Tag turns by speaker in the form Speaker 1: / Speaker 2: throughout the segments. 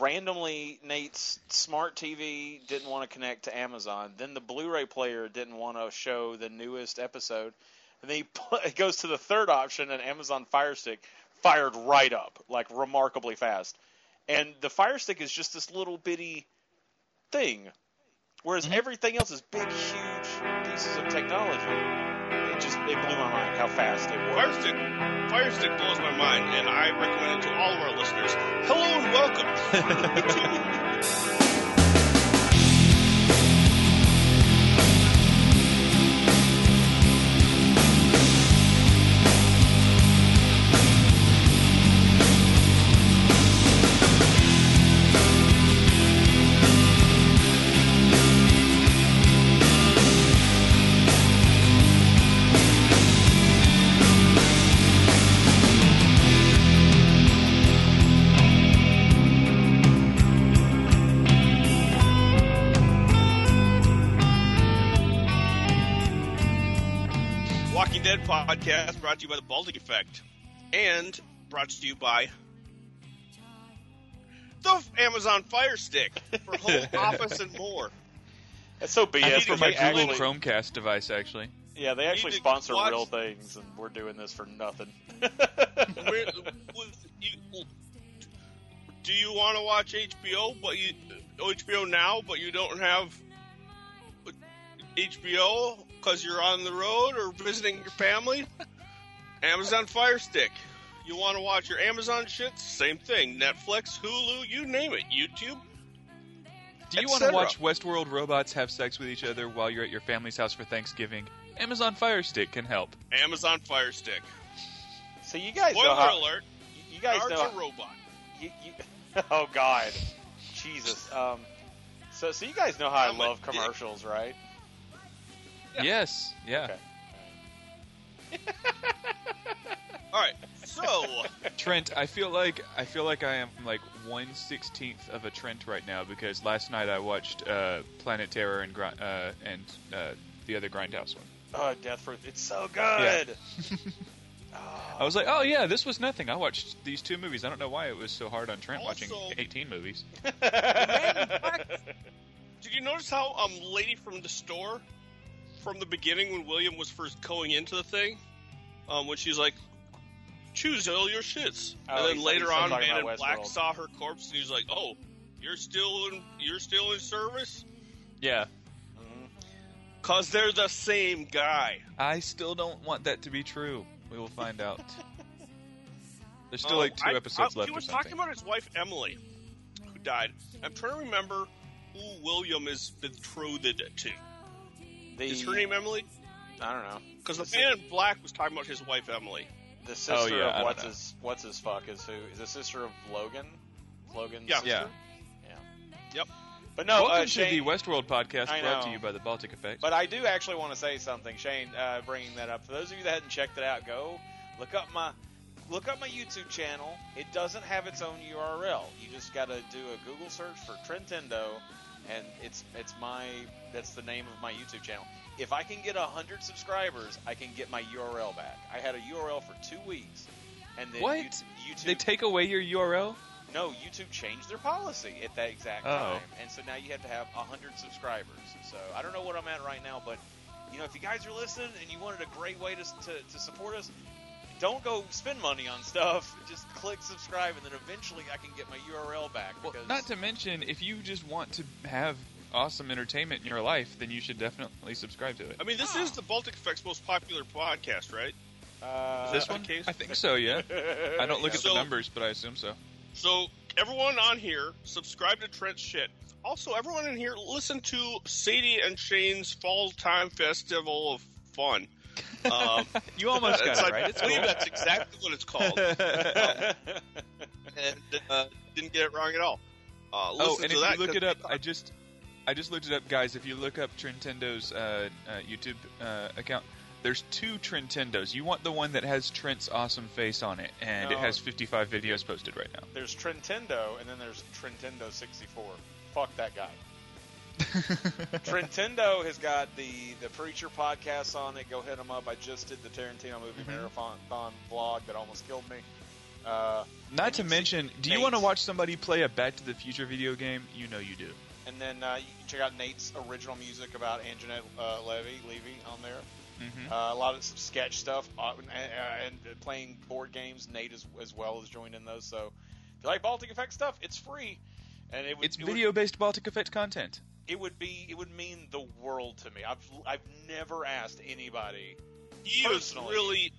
Speaker 1: randomly Nate's smart TV didn't want to connect to Amazon. Then the Blu-ray player didn't want to show the newest episode. And then he pl- it goes to the third option, and Amazon Fire Stick fired right up, like remarkably fast. And the Fire Stick is just this little bitty thing, whereas everything else is big, huge pieces of technology. It just it blew my mind how fast it was.
Speaker 2: Firestick. Firestick blows my mind, and I recommend it to all of our listeners. Hello and welcome. Walking Dead podcast brought to you by the Baltic Effect, and brought to you by the Amazon Fire Stick for home office and more.
Speaker 1: That's so BS.
Speaker 2: I need
Speaker 1: when
Speaker 2: to
Speaker 3: for
Speaker 1: they
Speaker 3: my
Speaker 2: get
Speaker 3: Google
Speaker 1: actually,
Speaker 3: Chromecast device, actually.
Speaker 1: Yeah, they actually
Speaker 2: to
Speaker 1: sponsor
Speaker 2: watch-
Speaker 1: real things, and we're doing this for nothing.
Speaker 2: Where, with- you- do you want to watch HBO, but you oh, HBO now, but you don't have HBO because you're on the road or visiting your family? Amazon Fire Stick. You want to watch your Amazon shit? Same thing. Netflix, Hulu, you name it. YouTube.
Speaker 3: Do you
Speaker 2: Et
Speaker 3: want to
Speaker 2: cetera.
Speaker 3: watch Westworld robots have sex with each other while you're at your family's house for Thanksgiving? Amazon Fire Stick can help.
Speaker 2: Amazon Fire Stick.
Speaker 1: so you guys know
Speaker 2: Spoiler
Speaker 1: how
Speaker 2: alert.
Speaker 1: you guys
Speaker 2: Guards
Speaker 1: know
Speaker 2: a robot.
Speaker 1: you, you, oh god, Jesus. Um, so so you guys know how I
Speaker 2: I'm a
Speaker 1: love
Speaker 2: dick.
Speaker 1: commercials, right?
Speaker 2: Yeah.
Speaker 3: Yes, yeah.
Speaker 1: Okay.
Speaker 2: All right. So.
Speaker 3: Trent, I feel like I feel like I am like one sixteenth of a Trent right now because last night I watched uh, Planet Terror and Grind, uh, and uh, the other Grindhouse one.
Speaker 1: Oh, Death Proof. It's so good.
Speaker 3: I was like, oh yeah, this was nothing. I watched these two movies. I don't know why it was so hard on Trent watching
Speaker 2: Also-
Speaker 3: eighteen movies.
Speaker 2: Did you notice how um lady from the store from the beginning when William was first going into the thing? Um when she's like choose all your shits.
Speaker 1: Oh,
Speaker 2: and
Speaker 1: he's-
Speaker 2: then later
Speaker 1: he's
Speaker 2: on
Speaker 1: talking
Speaker 2: Man in
Speaker 1: about
Speaker 2: Black
Speaker 1: Westworld.
Speaker 2: saw her corpse and he's like, Oh, you're still in you're still in service?
Speaker 3: Yeah,
Speaker 2: Cause they're the same guy.
Speaker 3: I still don't want that to be true. We will find out. There's
Speaker 1: Oh,
Speaker 3: still
Speaker 2: Um,
Speaker 3: like two
Speaker 2: I-
Speaker 3: episodes
Speaker 2: I-
Speaker 3: left.
Speaker 2: He
Speaker 3: or
Speaker 2: was
Speaker 3: something.
Speaker 2: talking about his wife Emily, who died. I'm trying to remember who William is betrothed to.
Speaker 1: The,
Speaker 2: Is her name Emily?
Speaker 1: I don't know.
Speaker 2: Because the man in black was talking about his wife Emily.
Speaker 1: The sister
Speaker 3: Oh, yeah, I
Speaker 1: of
Speaker 3: don't
Speaker 1: what's
Speaker 3: know.
Speaker 1: his what's his fuck is who is the sister of Logan. Logan's
Speaker 2: Yeah.
Speaker 1: sister.
Speaker 3: yeah.
Speaker 2: Yep.
Speaker 1: But no,
Speaker 3: Welcome
Speaker 1: uh,
Speaker 3: to the
Speaker 1: Shane,
Speaker 3: Westworld podcast
Speaker 1: I
Speaker 3: brought to
Speaker 1: know.
Speaker 3: you by the Baltic Effect.
Speaker 1: But I do actually want to say something, Shane. Uh, bringing that up for those of you that hadn't checked it out, go look up my look up my YouTube channel. It doesn't have its own URL. You just got to do a Google search for Trentendo, and it's it's my that's the name of my YouTube channel. If I can get hundred subscribers, I can get my URL back. I had a URL for two weeks, and then
Speaker 3: What?
Speaker 1: You, YouTube
Speaker 3: they take away your URL.
Speaker 1: no, YouTube changed their policy at that exact
Speaker 3: Oh.
Speaker 1: time, and so now you have to have hundred subscribers. So I don't know what I'm at right now, but you know, if you guys are listening and you wanted a great way to to, to support us, don't go spend money on stuff. Just click subscribe, and then eventually I can get my URL back.
Speaker 3: Well,
Speaker 1: Because
Speaker 3: not to mention, if you just want to have awesome entertainment in your life, then you should definitely subscribe to it.
Speaker 2: I mean, this is the Baltic Effect's most popular podcast, right?
Speaker 1: uh,
Speaker 2: This
Speaker 3: Uh,
Speaker 2: one?
Speaker 3: I think so. Yeah. I don't look at the
Speaker 2: So-
Speaker 3: numbers, but I assume so.
Speaker 2: So everyone on here, subscribe to Trent's shit. Also, everyone in here, listen to Sadie and Shane's Fall Time Festival of Fun. Um,
Speaker 3: You almost
Speaker 2: it's
Speaker 3: got it
Speaker 2: like-
Speaker 3: right. It's
Speaker 2: I believe
Speaker 3: cool.
Speaker 2: that's exactly what it's called. Um, and uh, didn't get it wrong at all. Uh,
Speaker 3: Oh,
Speaker 2: listen
Speaker 3: and
Speaker 2: to
Speaker 3: if
Speaker 2: that
Speaker 3: you look
Speaker 2: 'cause
Speaker 3: it up,
Speaker 2: we
Speaker 3: I just I just looked it up, guys. If you look up Trentendo's uh, uh, YouTube uh, account, there's two Trentendos. You want the one that has Trent's awesome face on it, and it
Speaker 2: Oh.
Speaker 1: No.
Speaker 3: has 55 videos posted right now.
Speaker 1: There's Trentendo, and then there's Trentendo 64. Fuck that guy. Trentendo has got the the Preacher podcast on it. Go hit him up. I just did the Tarantino movie marathon vlog that almost killed me. Uh,
Speaker 3: Not
Speaker 1: and
Speaker 3: to
Speaker 1: you see
Speaker 3: mention, do you
Speaker 1: Nate's-
Speaker 3: want to watch somebody play a Back to the Future video game? You know you do.
Speaker 1: And then uh, you can check out Nate's original music about Anjanette uh, Levy, Levy on there. Uh, a lot of some sketch stuff uh, and, uh, and playing board games. Nate as, as well as joined in those. So if you like Baltic Effect stuff, it's free, and it would,
Speaker 3: It's
Speaker 1: it would-
Speaker 3: video-based Baltic Effect content.
Speaker 1: it would be it would mean the world to me. I've I've never asked anybody.
Speaker 2: he was
Speaker 1: personally.
Speaker 2: really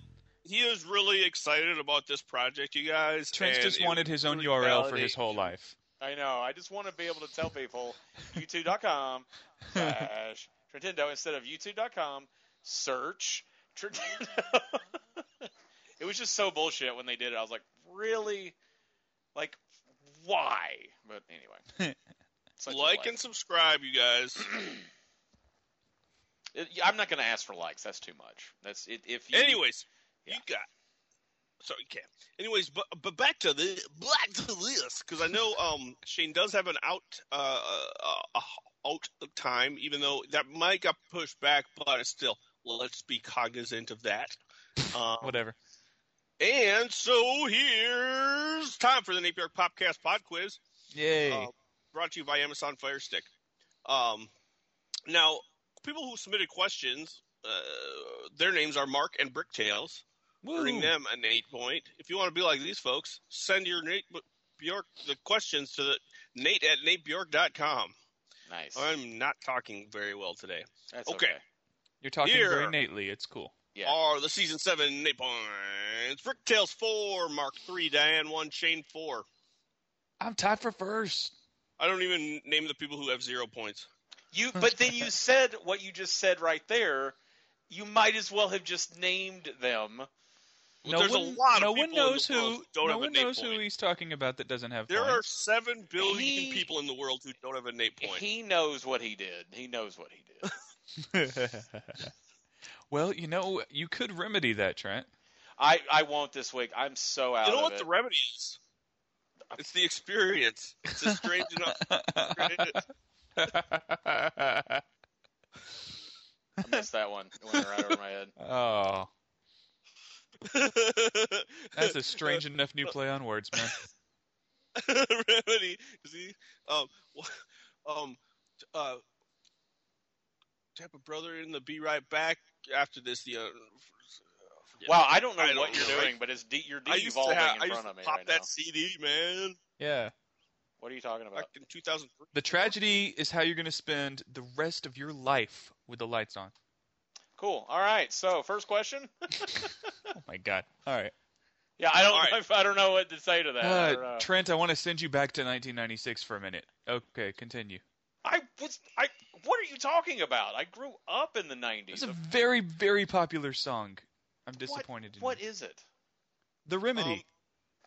Speaker 2: he was really excited about this project, you guys.
Speaker 3: Trent
Speaker 2: and
Speaker 3: just
Speaker 2: it
Speaker 3: wanted
Speaker 2: was
Speaker 3: his own
Speaker 2: really
Speaker 3: URL for his
Speaker 2: validation.
Speaker 3: whole life.
Speaker 1: I know. I just want to be able to tell people youtube.com slash Nintendo instead of youtube.com search Nintendo. it was just so bullshit when they did it. I was like, really? Like, why? But anyway. Such is
Speaker 2: Like
Speaker 1: life.
Speaker 2: and subscribe, you guys.
Speaker 1: It- I'm not going to ask for likes. That's too much. That's it. If you,
Speaker 2: Anyways,
Speaker 1: Yeah.
Speaker 2: you got. Sorry, you can't. Anyways, but but back to the back to this because I know um Shane does have an out uh, uh, uh out time, even though that might got pushed back, but it's still let's be cognizant of that. Um,
Speaker 3: Whatever.
Speaker 2: and so here's time for the Napier Popcast Pod Quiz
Speaker 3: Yay.
Speaker 2: Uh, brought to you by Amazon Fire Stick. Um, now, people who submitted questions, uh, their names are Mark and Bricktails. Earning them an eight point. If you want to be like these folks, send your Nate B- Bjork the questions to the, Nate at natebjork.com.
Speaker 1: nice.
Speaker 2: I'm not talking very well today.
Speaker 1: That's
Speaker 2: okay.
Speaker 3: You're talking
Speaker 2: here-
Speaker 3: very innately. It's cool.
Speaker 1: Yeah.
Speaker 2: Are the season seven Nate points? Bricktails four, Mark three, Diane one, Shane four.
Speaker 3: I'm tied for first.
Speaker 2: I don't even name the people who have zero points.
Speaker 1: You,
Speaker 3: Hmm.
Speaker 1: but then you said what you just said right there. You might as well have just named them.
Speaker 2: Well, there's a lot of people
Speaker 3: no one
Speaker 2: in
Speaker 3: knows
Speaker 2: the world
Speaker 3: who
Speaker 2: who don't
Speaker 3: no
Speaker 2: have a
Speaker 3: one
Speaker 2: Nate
Speaker 3: knows who
Speaker 2: point.
Speaker 3: he's talking about that doesn't have
Speaker 2: There are
Speaker 3: points.
Speaker 2: seven billion
Speaker 1: He-
Speaker 2: people in the world who don't have a Nate point.
Speaker 1: He knows what he did. He knows what he did.
Speaker 3: well, you know, you could remedy that, Trent.
Speaker 1: I, I won't this week. I'm so out
Speaker 2: you know
Speaker 1: of
Speaker 2: what
Speaker 1: it.
Speaker 2: the remedy is? It's the experience. It's a strange enough.
Speaker 1: I missed that one. It went right over my head.
Speaker 3: oh, that's a strange enough new play on words, man.
Speaker 2: remedy. See, um, wh- um, t- uh, type of brother in the be right back after this. The uh, Yeah.
Speaker 1: Wow, I don't know
Speaker 2: I don't
Speaker 1: what
Speaker 2: know,
Speaker 1: you're
Speaker 2: right?
Speaker 1: doing, but it's de- you're
Speaker 2: I used to
Speaker 1: de-evolving
Speaker 2: have.
Speaker 1: in
Speaker 2: I used
Speaker 1: front
Speaker 2: to
Speaker 1: of me
Speaker 2: pop
Speaker 1: right
Speaker 2: that
Speaker 1: now.
Speaker 2: CD, man.
Speaker 3: Yeah.
Speaker 1: What are you talking
Speaker 2: Back
Speaker 1: about?
Speaker 2: in 2003.
Speaker 3: The tragedy is how you're going to spend the rest of your life with the lights on.
Speaker 1: Cool. All right. So first question.
Speaker 3: Oh my God! All right,
Speaker 1: Yeah, I don't.
Speaker 2: All right.
Speaker 1: know if- I don't know what to say to that.
Speaker 3: uh,
Speaker 1: or, uh,
Speaker 3: Trent, I want to send you back to 1996 for a minute. Okay, continue.
Speaker 1: I was. I. What are you talking about? I grew up in the
Speaker 3: It's
Speaker 1: '90s.
Speaker 3: a
Speaker 1: What-
Speaker 3: very, very popular song. I'm disappointed. in
Speaker 1: What
Speaker 3: you.
Speaker 1: is it?
Speaker 3: the remedy?
Speaker 2: Um,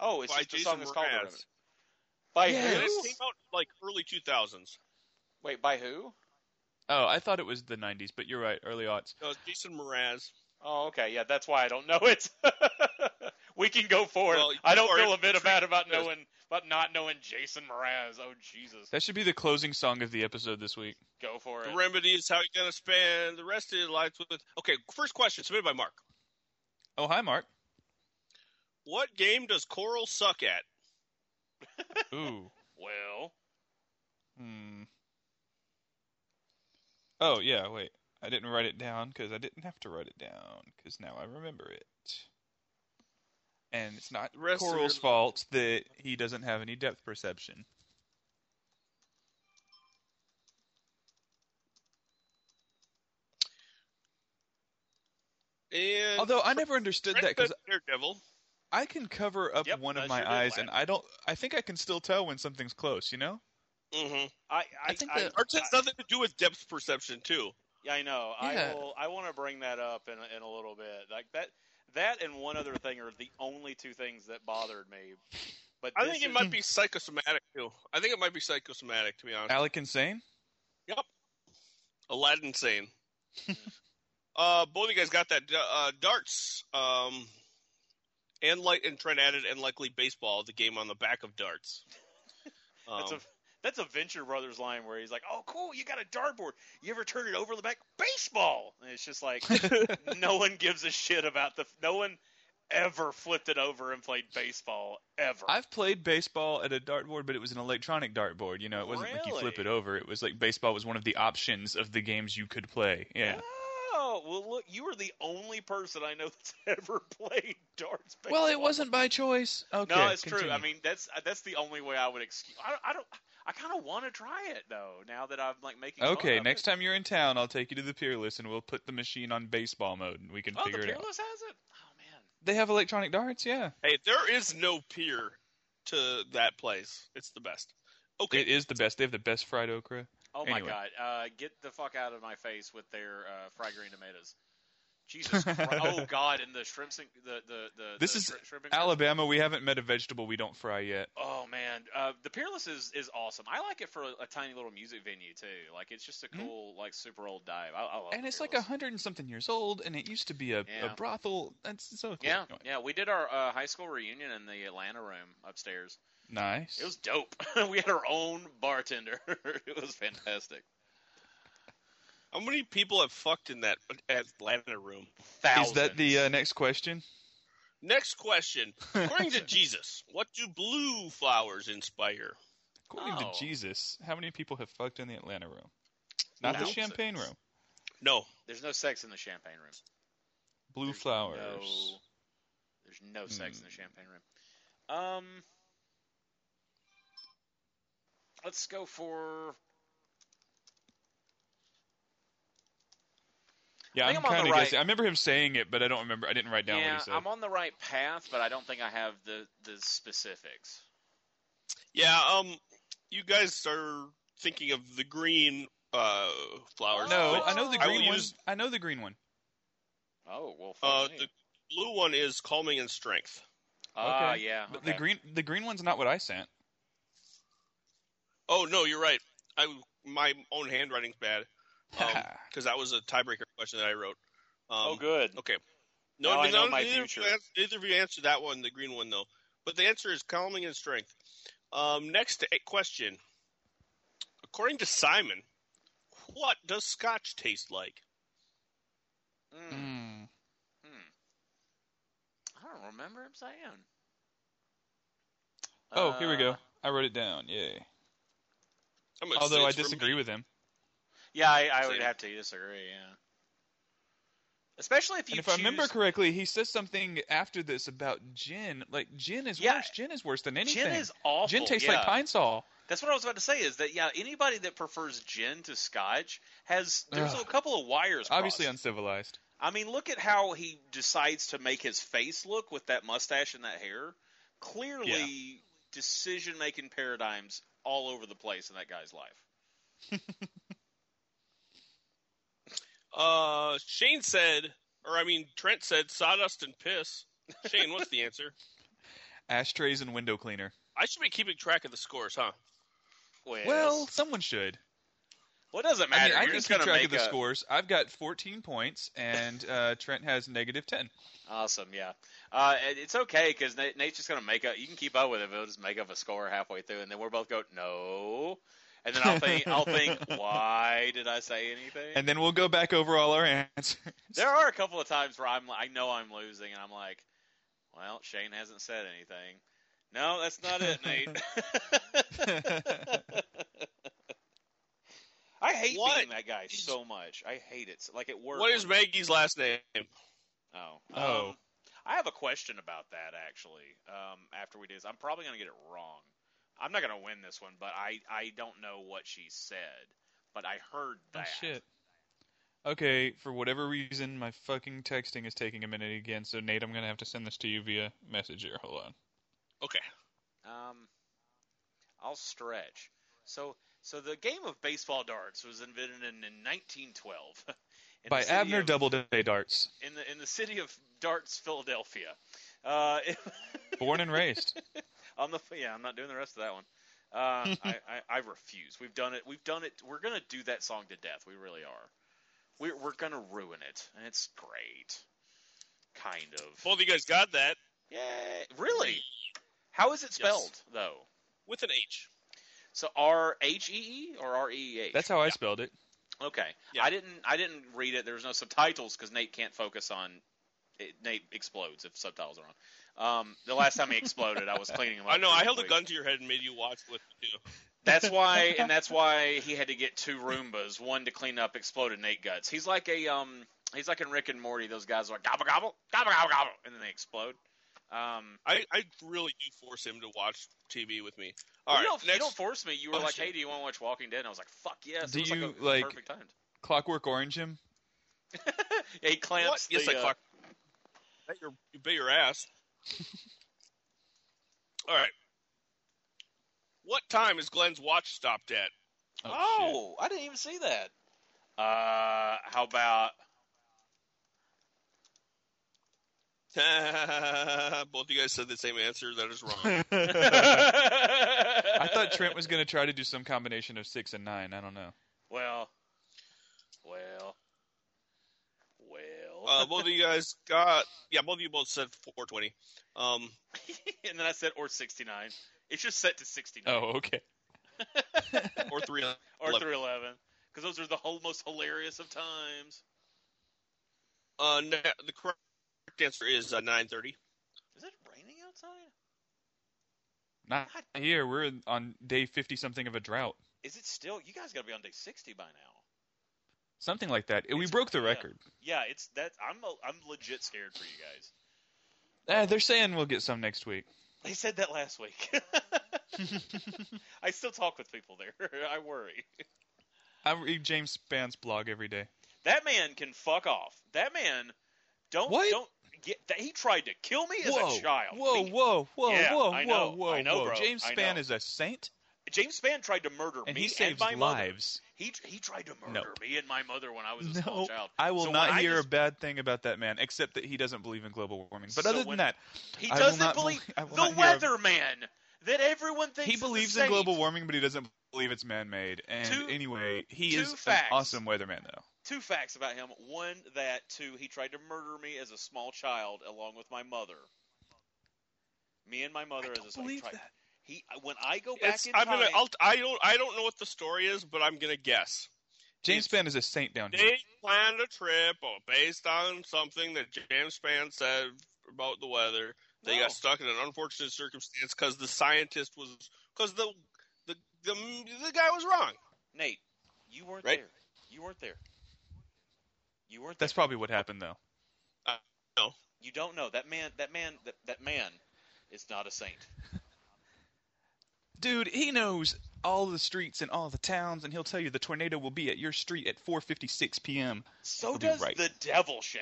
Speaker 1: Oh, it's
Speaker 2: by
Speaker 1: just the
Speaker 2: Jason
Speaker 1: song is called The
Speaker 2: Mraz.
Speaker 1: Remedy. By
Speaker 2: And
Speaker 3: Yes.
Speaker 1: who?
Speaker 2: it came out like early 2000s.
Speaker 1: Wait, by who?
Speaker 3: Oh, I thought it was the 90s, but you're right, early aughts.
Speaker 2: No, it's Uh, Jason Mraz.
Speaker 1: Oh, okay. Yeah, that's why I don't know it. we can go forward.
Speaker 2: Well,
Speaker 1: I don't
Speaker 2: you are
Speaker 1: feel a
Speaker 2: in for
Speaker 1: bit
Speaker 2: treat
Speaker 1: bad about
Speaker 2: because-
Speaker 1: knowing about not knowing Jason Mraz. Oh Jesus,
Speaker 3: That should be the closing song of the episode this week.
Speaker 1: go for it.
Speaker 2: The remedy is how you're gonna spend the rest of your life with. Okay, first question submitted by Mark.
Speaker 3: Oh, hi, Mark.
Speaker 2: What game does Coral suck at?
Speaker 3: Ooh.
Speaker 1: well,
Speaker 3: Hmm. Oh, yeah, wait. I didn't write it down because I didn't have to write it down because now I remember it. And it's not
Speaker 2: The rest of your
Speaker 3: Coral's
Speaker 2: life.
Speaker 3: fault that he doesn't have any depth perception.
Speaker 2: And
Speaker 3: Although I never understood that because
Speaker 2: Daredevil.
Speaker 3: I can cover up
Speaker 1: Yep,
Speaker 3: one
Speaker 1: I
Speaker 3: of my
Speaker 1: sure did,
Speaker 3: eyes
Speaker 1: lad.
Speaker 3: and I don't. I think I can still tell when something's close, you know?
Speaker 2: Mm-hmm.
Speaker 1: I I,
Speaker 4: I think
Speaker 1: I,
Speaker 4: that-
Speaker 2: Arts has nothing to do with depth perception too.
Speaker 1: Yeah, I know. I
Speaker 4: Yeah.
Speaker 1: will. I want to bring that up in a- in a little bit. Like that. That and one other thing are the only two things that bothered me. But
Speaker 2: I
Speaker 1: this
Speaker 2: think it
Speaker 1: is-
Speaker 2: might
Speaker 4: Mm-hmm.
Speaker 2: be psychosomatic too. I think it might be psychosomatic to be honest.
Speaker 3: Alec Insane?
Speaker 2: Yep. Aladdin sane. uh, both of you guys got that uh, darts. Um, and light and Trent added and likely baseball the game on the back of darts.
Speaker 1: That's
Speaker 2: Um,
Speaker 1: a that's a Venture Brothers line where he's like, "Oh, cool, you got a dartboard. You ever turn it over in the back? Baseball." And it's just like no one gives a shit about the. No one ever flipped it over and played baseball ever.
Speaker 3: I've played baseball at a dartboard, but it was an electronic dartboard. You know, it wasn't like you flip it
Speaker 1: Really?
Speaker 3: over. It was like baseball was one of the options of the games you could play. Yeah.
Speaker 1: Oh well, look, you are the only person I know that's ever played darts. Baseball.
Speaker 3: Well, it wasn't by choice. Okay.
Speaker 1: No, it's true.
Speaker 3: continue.
Speaker 1: I mean, that's that's the only way I would excuse. I, don't- I don't. I kind of want to try it though. Now that I'm like making. fun
Speaker 3: Okay,
Speaker 1: of
Speaker 3: next
Speaker 1: it.
Speaker 3: time you're in town, I'll take you to the Peerless and we'll put the machine on baseball mode and we can
Speaker 1: Oh, the
Speaker 3: figure it out.
Speaker 1: Peerless has it. Oh man.
Speaker 3: They have electronic darts, yeah.
Speaker 2: hey, there is no peer to that place. It's the best. Okay.
Speaker 3: It is the best. They have the best fried okra.
Speaker 1: Oh
Speaker 3: Anyway.
Speaker 1: my god! Uh, get the fuck out of my face with their uh, fried green tomatoes. Jesus! Christ. oh god! And the shrimp, sink, the the the
Speaker 3: This
Speaker 1: the
Speaker 3: is
Speaker 1: shri- shrimp and-
Speaker 3: Alabama. We haven't met a vegetable we don't fry yet.
Speaker 1: Oh man, uh, the Peerless is, is awesome. I like it for a, a tiny little music venue too. Like it's just a cool, like super old dive. I, I love.
Speaker 3: Hmm? And
Speaker 1: the
Speaker 3: it's like a
Speaker 1: Peerless.
Speaker 3: hundred and something years old, and it used to be a,
Speaker 1: Oh, Yeah.
Speaker 3: a brothel. That's so cool.
Speaker 1: Yeah,
Speaker 3: Anyway.
Speaker 1: yeah. We did our uh, high school reunion in the Atlanta room upstairs.
Speaker 3: Nice.
Speaker 1: It was dope. we had our own bartender. it was fantastic.
Speaker 2: How many people have fucked in that Atlanta room?
Speaker 3: Is that the uh, next question?
Speaker 2: Next question. According to Jesus, what do blue flowers inspire?
Speaker 3: According
Speaker 1: Oh.
Speaker 3: to Jesus, how many people have fucked in the Atlanta room? Not the
Speaker 1: No.
Speaker 3: champagne room.
Speaker 2: No.
Speaker 1: There's no sex in the champagne room.
Speaker 3: Blue
Speaker 1: There's
Speaker 3: flowers. Hmm.
Speaker 1: No, there's no sex in the champagne room. Um, let's go for.
Speaker 3: Yeah,
Speaker 1: I
Speaker 3: I'm
Speaker 1: think I'm on the
Speaker 3: kind of
Speaker 1: right-
Speaker 3: guessing. I remember him saying it, but I don't remember. I didn't write down what
Speaker 1: yeah,
Speaker 3: he said.
Speaker 1: I'm on the right path, but I don't think I have the the specifics.
Speaker 2: Yeah, um, you guys are thinking of the green uh, flowers.
Speaker 3: no,
Speaker 2: which
Speaker 3: I know the green
Speaker 2: Oh. will
Speaker 3: one.
Speaker 2: use-
Speaker 3: I know the green one.
Speaker 1: Oh well. fuck
Speaker 2: uh,
Speaker 1: me.
Speaker 2: the blue one is calming and strength.
Speaker 1: Ah, yeah.
Speaker 3: But
Speaker 1: okay.
Speaker 3: the green, the green one's not what I sent.
Speaker 2: Oh no, you're right. I my own handwriting's bad because that was a tiebreaker question that I wrote. Um,
Speaker 1: Oh, good.
Speaker 2: Okay.
Speaker 1: Now I know my
Speaker 2: neither of you
Speaker 1: future.
Speaker 2: ans- Neither of you answered that one, the green one, though. But the answer is calming and strength. Um, next e- question. According to Simon, what does scotch taste like?
Speaker 3: Mm.
Speaker 1: Hmm. I don't remember him saying.
Speaker 3: Oh, here we
Speaker 1: Uh,
Speaker 3: go. I wrote it down. Yay.
Speaker 2: I'm gonna say
Speaker 3: Although I
Speaker 2: it's from-
Speaker 3: disagree with him.
Speaker 1: Yeah, I, I would
Speaker 2: Same.
Speaker 1: have to disagree. Yeah. Especially if you
Speaker 3: And if I
Speaker 1: choose...
Speaker 3: remember correctly, he says something after this about gin. Like gin is
Speaker 1: Yeah.
Speaker 3: worse. Gin is worse than anything.
Speaker 1: is awful,
Speaker 3: Gin tastes
Speaker 1: yeah.
Speaker 3: like pine sol.
Speaker 1: That's what I was about to say. Is that yeah? Anybody that prefers gin to scotch has there's
Speaker 3: Ugh.
Speaker 1: a couple of wires.
Speaker 3: Obviously
Speaker 1: crossed.
Speaker 3: uncivilized.
Speaker 1: I mean, look at how he decides to make his face look with that mustache and that hair. Clearly, decision making paradigms all over the place in that guy's life.
Speaker 2: Uh, Shane said, or I mean, Trent said sawdust and piss. Shane, what's the answer?
Speaker 3: Ashtrays and window cleaner.
Speaker 2: I should be keeping track of the scores, huh?
Speaker 3: Well, someone should.
Speaker 1: well, it doesn't
Speaker 3: I
Speaker 1: matter.
Speaker 3: mean, I
Speaker 1: You're
Speaker 3: can
Speaker 1: just
Speaker 3: keep
Speaker 1: gonna
Speaker 3: track
Speaker 1: make
Speaker 3: of the
Speaker 1: a-
Speaker 3: scores. I've got 14 points, and uh, Trent has negative 10.
Speaker 1: Awesome, yeah. Uh, it- it's okay because Nate, Nate's just gonna make up. You can keep up with it. But he'll just make up a score halfway through, and then we're both go no, and then I'll think, I'll think, why did I say anything?
Speaker 3: And then we'll go back over all our answers.
Speaker 1: there are a couple of times where I'm, I know I'm losing, and I'm like, well, Shane hasn't said anything. No, that's not it, Nate. I hate
Speaker 2: What
Speaker 1: being that guy so much. I hate it. Like at work.
Speaker 2: What is Maggie's last name?
Speaker 1: Oh.
Speaker 3: Oh.
Speaker 1: Um, I have a question about that actually. Um, after we do this, I'm probably gonna get it wrong. I'm not gonna win this one, but I I don't know what she said, but I heard
Speaker 3: Oh,
Speaker 1: that.
Speaker 3: shit. Okay, for whatever reason, my fucking texting is taking a minute again, so Nate, I'm going to have to send this to you via messenger. Hold on.
Speaker 2: Okay.
Speaker 1: Um, I'll stretch. So so the game of baseball darts was invented in, in 1912 in
Speaker 3: By
Speaker 1: the city
Speaker 3: Abner
Speaker 1: of-
Speaker 3: Doubleday Darts.
Speaker 1: in the in the city of Darts, Philadelphia. Uh,
Speaker 3: Born and raised.
Speaker 1: on the yeah, I'm not doing the rest of that one. Uh, I, I I refuse. We've done it. We've done it. We're gonna do that song to death. We really are. We're we're gonna ruin it, and it's great. Kind of.
Speaker 2: Both of you guys got that
Speaker 1: yeah. Really? How is it spelled though?
Speaker 2: with an H.
Speaker 1: So R H E E or R E E H?
Speaker 3: That's how I spelled it.
Speaker 1: Okay.
Speaker 2: Yeah.
Speaker 1: I didn't. I didn't read it. There was no subtitles because Nate can't focus on. It, Nate explodes if subtitles are on. Um, the last time he exploded, I was cleaning him up.
Speaker 2: I know.
Speaker 1: pretty
Speaker 2: I held a
Speaker 1: quick.
Speaker 2: gun to your head and made you watch with you.
Speaker 1: That's why, and that's why he had to get two Roombas, one to clean up exploded Nate guts. He's like a um, he's like in Rick and Morty. Those guys are like gobble gobble gobble gobble gobble, and then they explode. Um,
Speaker 2: I, I really do force him to watch TV with me. All right,
Speaker 1: you, don't, you
Speaker 2: next.
Speaker 1: don't force me. You were
Speaker 2: Oh,
Speaker 1: like,
Speaker 2: shit.
Speaker 1: hey, do you want to watch Walking Dead? And I was like, fuck yes.
Speaker 3: Do
Speaker 1: it was
Speaker 3: you,
Speaker 1: like, a
Speaker 3: like-
Speaker 1: perfect time?
Speaker 3: Clockwork Orange him.
Speaker 1: Yeah, he
Speaker 2: what?
Speaker 1: clamps.
Speaker 2: Yes,
Speaker 1: the,
Speaker 2: I
Speaker 1: uh,
Speaker 2: clock. Bet your, you bet your ass. All right. What time is Glenn's watch stopped at?
Speaker 3: Oh,
Speaker 1: Oh, I didn't even see that. Uh, how about
Speaker 2: Both of you guys said the same answer. That is wrong.
Speaker 3: I thought Trent was going to try to do some combination of six and nine. I don't know.
Speaker 1: well, well, well?
Speaker 2: uh, both of you guys got yeah. Both of you both said 420. Um,
Speaker 1: and then I said or sixty nine. It's just set to sixty nine
Speaker 3: Oh, okay.
Speaker 2: or three.
Speaker 1: or
Speaker 2: Uh, eleven.
Speaker 1: three Oh. eleven because those are the whole, most hilarious of times.
Speaker 2: Uh, no, the correct answer is uh, 930.
Speaker 1: Is it raining outside?
Speaker 3: Not here. We're in- on day fifty something of a drought,
Speaker 1: Is it still? You guys got to be on day sixty by now.
Speaker 3: something like that. We
Speaker 1: It's-
Speaker 3: broke the
Speaker 1: yeah.
Speaker 3: record.
Speaker 1: Yeah, it's that. I'm I'm legit scared for you guys.
Speaker 3: Eh, they're saying we'll get some next week.
Speaker 1: They said that last week. I still talk with people there. I worry.
Speaker 3: I read James Spann's blog every day.
Speaker 1: That man can fuck off. That man don't
Speaker 3: What?
Speaker 1: don't get that he tried to kill me as
Speaker 3: whoa,
Speaker 1: a child.
Speaker 3: whoa,
Speaker 1: He-
Speaker 3: whoa, whoa,
Speaker 1: Yeah,
Speaker 3: whoa,
Speaker 1: I know,
Speaker 3: whoa, whoa,
Speaker 1: I know,
Speaker 3: whoa!
Speaker 1: bro,
Speaker 3: James
Speaker 1: I
Speaker 3: Spann
Speaker 1: know.
Speaker 3: is a saint,
Speaker 1: James Spann tried to murder
Speaker 3: and
Speaker 1: me
Speaker 3: he saves
Speaker 1: and my
Speaker 3: lives.
Speaker 1: mother. He he tried to murder
Speaker 3: Nope.
Speaker 1: me and my mother when I was a
Speaker 3: No,
Speaker 1: small child.
Speaker 3: I will
Speaker 1: So when
Speaker 3: not
Speaker 1: I
Speaker 3: hear
Speaker 1: just-
Speaker 3: a bad thing about that man, except that he doesn't believe in global warming. But
Speaker 1: So
Speaker 3: other
Speaker 1: when-
Speaker 3: than that,
Speaker 1: He
Speaker 3: I will
Speaker 1: doesn't
Speaker 3: not
Speaker 1: believe
Speaker 3: believe- I will
Speaker 1: the
Speaker 3: not hear a-
Speaker 1: weatherman that everyone thinks
Speaker 3: he
Speaker 1: is the
Speaker 3: believes in global
Speaker 1: saint.
Speaker 3: warming, but he doesn't believe it's man-made. And
Speaker 1: Two-
Speaker 3: anyway, he
Speaker 1: two
Speaker 3: is
Speaker 1: facts.
Speaker 3: an awesome weatherman, though.
Speaker 1: Two facts about him: one, that two, he tried to murder me as a small child along with my mother. Me and my mother as a
Speaker 3: believe
Speaker 1: he tried,
Speaker 3: that.
Speaker 1: He when I go back
Speaker 2: It's,
Speaker 1: in
Speaker 2: I'm
Speaker 1: time,
Speaker 2: gonna. I'll, I don't. I don't know what the story is, but I'm gonna guess.
Speaker 3: James Spann is a saint down here.
Speaker 2: They planned a trip or based on something that James Spann said about the weather. They
Speaker 1: No.
Speaker 2: got stuck in an unfortunate circumstance because the scientist was because the, the the the guy was wrong.
Speaker 1: Nate, you weren't
Speaker 2: Right?
Speaker 1: there. You weren't there. You weren't
Speaker 3: That's
Speaker 1: there.
Speaker 3: probably what happened, though.
Speaker 2: Uh, No,
Speaker 1: you don't know. That man that man that, that man is not a saint.
Speaker 3: Dude, he knows all the streets and all the towns, and he'll tell you the tornado will be at your street at 4:56 p.m.
Speaker 1: So
Speaker 3: He'll be
Speaker 1: does
Speaker 3: right.
Speaker 1: the devil Shane.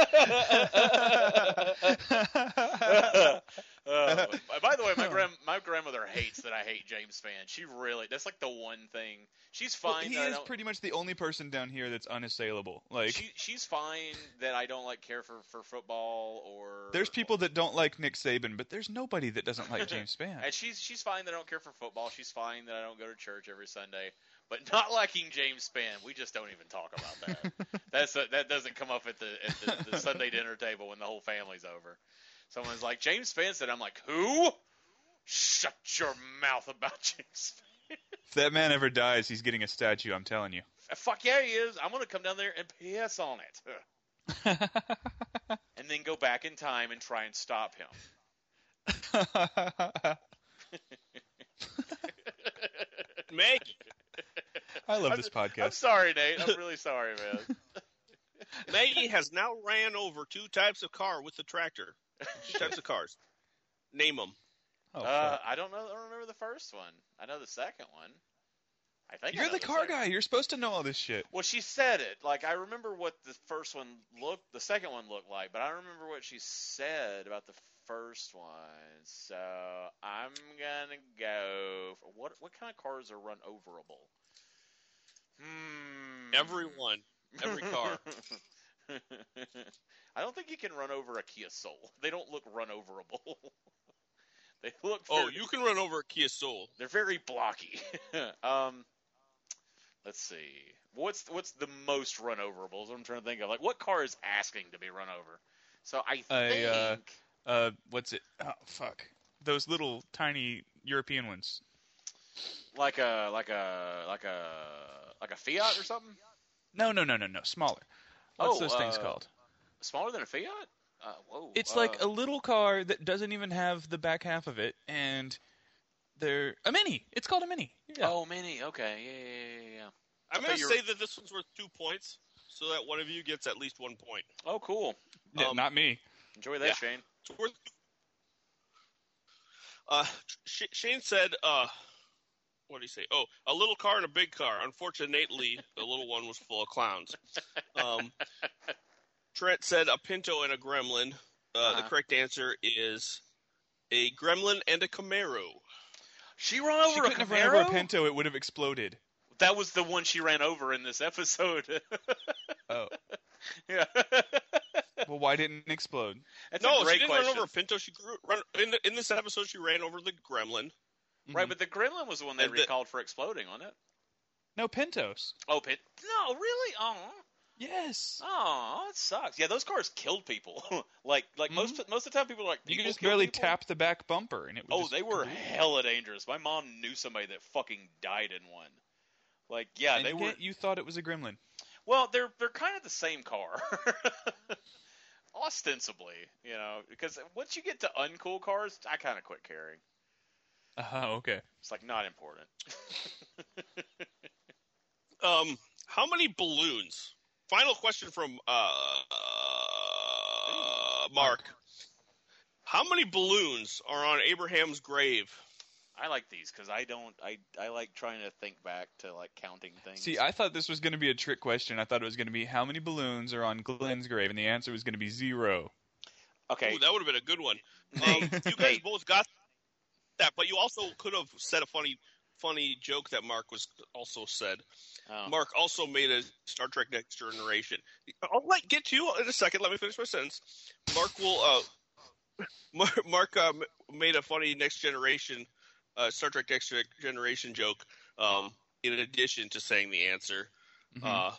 Speaker 3: Oh,
Speaker 1: Uh, by the way, my grand my grandmother hates that I hate James Fan. She really that's like the one thing. She's fine.
Speaker 3: Well, he
Speaker 1: that I
Speaker 3: is
Speaker 1: don't-
Speaker 3: pretty much the only person down here that's unassailable. Like,
Speaker 1: she, she's fine that I don't like care for, for football or
Speaker 3: there's people that don't like Nick Saban, but there's nobody that doesn't like James Spann.
Speaker 1: And she's she's fine that I don't care for football. She's fine that I don't go to church every Sunday. But not liking James Spann, we just don't even talk about that. That's a, that doesn't come up at the at the, the Sunday dinner table when the whole family's over. Someone's like James Spann said, I'm like who? Shut your mouth about James. Spann.
Speaker 3: If that man ever dies, he's getting a statue. I'm telling you.
Speaker 1: Fuck yeah, he is. I'm gonna come down there and piss on it, and then go back in time and try and stop him.
Speaker 3: I
Speaker 2: Maggie,
Speaker 3: love this
Speaker 1: I'm
Speaker 3: podcast.
Speaker 1: sorry, Nate. I'm really sorry, man.
Speaker 2: Maggie has now ran over two types of car with the tractor. Two types of cars. Name them.
Speaker 3: Oh,
Speaker 1: Uh,
Speaker 3: fuck.
Speaker 1: I don't know. I don't remember the first one. I know the second one. I think I
Speaker 3: You're
Speaker 1: know
Speaker 3: the car
Speaker 1: second-
Speaker 3: guy. You're supposed to know all this shit.
Speaker 1: Well, she said it. Like I remember what the first one looked, the second one looked like, but I don't remember what she said about the first one. So I'm gonna go. For, what what kind of cars are run overable? Hmm.
Speaker 2: Everyone. Every car.
Speaker 1: I don't think you can run over a Kia Soul. They don't look run overable. they look.
Speaker 2: Oh,
Speaker 1: very-
Speaker 2: you can run over a Kia Soul.
Speaker 1: They're very blocky. um, let's see. What's what's the most run overable? I'm trying to think of like what car is asking to be run over. So I think
Speaker 3: A, uh, Uh, what's it? Oh fuck! Those little tiny European ones.
Speaker 1: like a like a like a like a Fiat or something
Speaker 3: No, no, no, no, no. Smaller. What's
Speaker 1: Oh,
Speaker 3: those things
Speaker 1: uh,
Speaker 3: called?
Speaker 1: smaller than a Fiat. Uh, whoa,
Speaker 3: It's
Speaker 1: uh,
Speaker 3: like a little car that doesn't even have the back half of it, and they're a mini. It's called a mini. Yeah.
Speaker 1: oh mini. Okay, yeah, yeah, yeah, yeah.
Speaker 2: I'm
Speaker 1: thought
Speaker 2: going
Speaker 1: you
Speaker 2: to
Speaker 1: were-
Speaker 2: say that this one's worth two points, so that one of you gets at least one point.
Speaker 1: Oh, cool.
Speaker 3: Yeah,
Speaker 2: um,
Speaker 3: not me.
Speaker 1: Enjoy that,
Speaker 2: yeah.
Speaker 1: Shane.
Speaker 2: It's worth. Uh, Sh- Shane said, uh, "What did he say? Oh, a little car and a big car. Unfortunately, the little one was full of clowns." Um, Trent said, "A Pinto and a Gremlin." Uh, The correct answer is a Gremlin and a Camaro.
Speaker 1: She ran over
Speaker 3: She
Speaker 1: a
Speaker 3: couldn't have run
Speaker 1: Camaro?
Speaker 3: over a Pinto. It would have exploded.
Speaker 1: That was the one she ran over in this episode.
Speaker 3: Oh,
Speaker 1: yeah,
Speaker 3: well, why didn't it explode?
Speaker 1: that's
Speaker 2: no,
Speaker 1: a
Speaker 2: Oh, she
Speaker 1: great
Speaker 2: didn't
Speaker 1: question.
Speaker 2: run over a Pinto. She grew, run, in the, in this episode. She ran over the Gremlin.
Speaker 3: Mm-hmm.
Speaker 1: Right, but the Gremlin was the one they
Speaker 2: And the-
Speaker 1: recalled for exploding, wasn't it?
Speaker 3: No Pintos. Ah,
Speaker 1: Oh, Pin- no, really? Oh,
Speaker 3: Yes.
Speaker 1: oh, it sucks. Yeah, those cars killed people. like, like most most of the time, people are like
Speaker 3: Mm-hmm. You could
Speaker 1: "People
Speaker 3: just
Speaker 1: kill
Speaker 3: barely
Speaker 1: people?"
Speaker 3: tap the back bumper, and it. Would
Speaker 1: Oh,
Speaker 3: just
Speaker 1: they were
Speaker 3: kaboom.
Speaker 1: hella dangerous. My mom knew somebody that fucking died in one. Like, yeah,
Speaker 3: And
Speaker 1: they were.
Speaker 3: yet You thought it was a Gremlin.
Speaker 1: Well, they're they're kind of the same car, ostensibly, you know. Because once you get to uncool cars, I kind of quit caring.
Speaker 3: Uh huh. Okay.
Speaker 1: It's like not important.
Speaker 2: Um, how many balloons? Final question from uh, Mark. How many balloons are on Abraham's grave?
Speaker 1: I like these because I don't. I I like trying to think back to like counting things.
Speaker 3: See, I thought this was going to be a trick question. I thought it was going to be how many balloons are on Glenn's grave, and the answer was going to be zero.
Speaker 1: okay,
Speaker 2: Ooh, that would have been a good one. Um,
Speaker 1: Nate,
Speaker 2: you guys
Speaker 1: Nate,
Speaker 2: both got that, but you also could have said a funny, funny joke that Mark was also said.
Speaker 1: oh,
Speaker 2: Mark also made a Star Trek Next Generation. I'll let get to you in a second. Let me finish my sentence. Mark will. Uh, Mark, Mark uh, m- made a funny Next Generation uh, Star Trek Next Generation joke. Um, in addition to saying the answer, uh,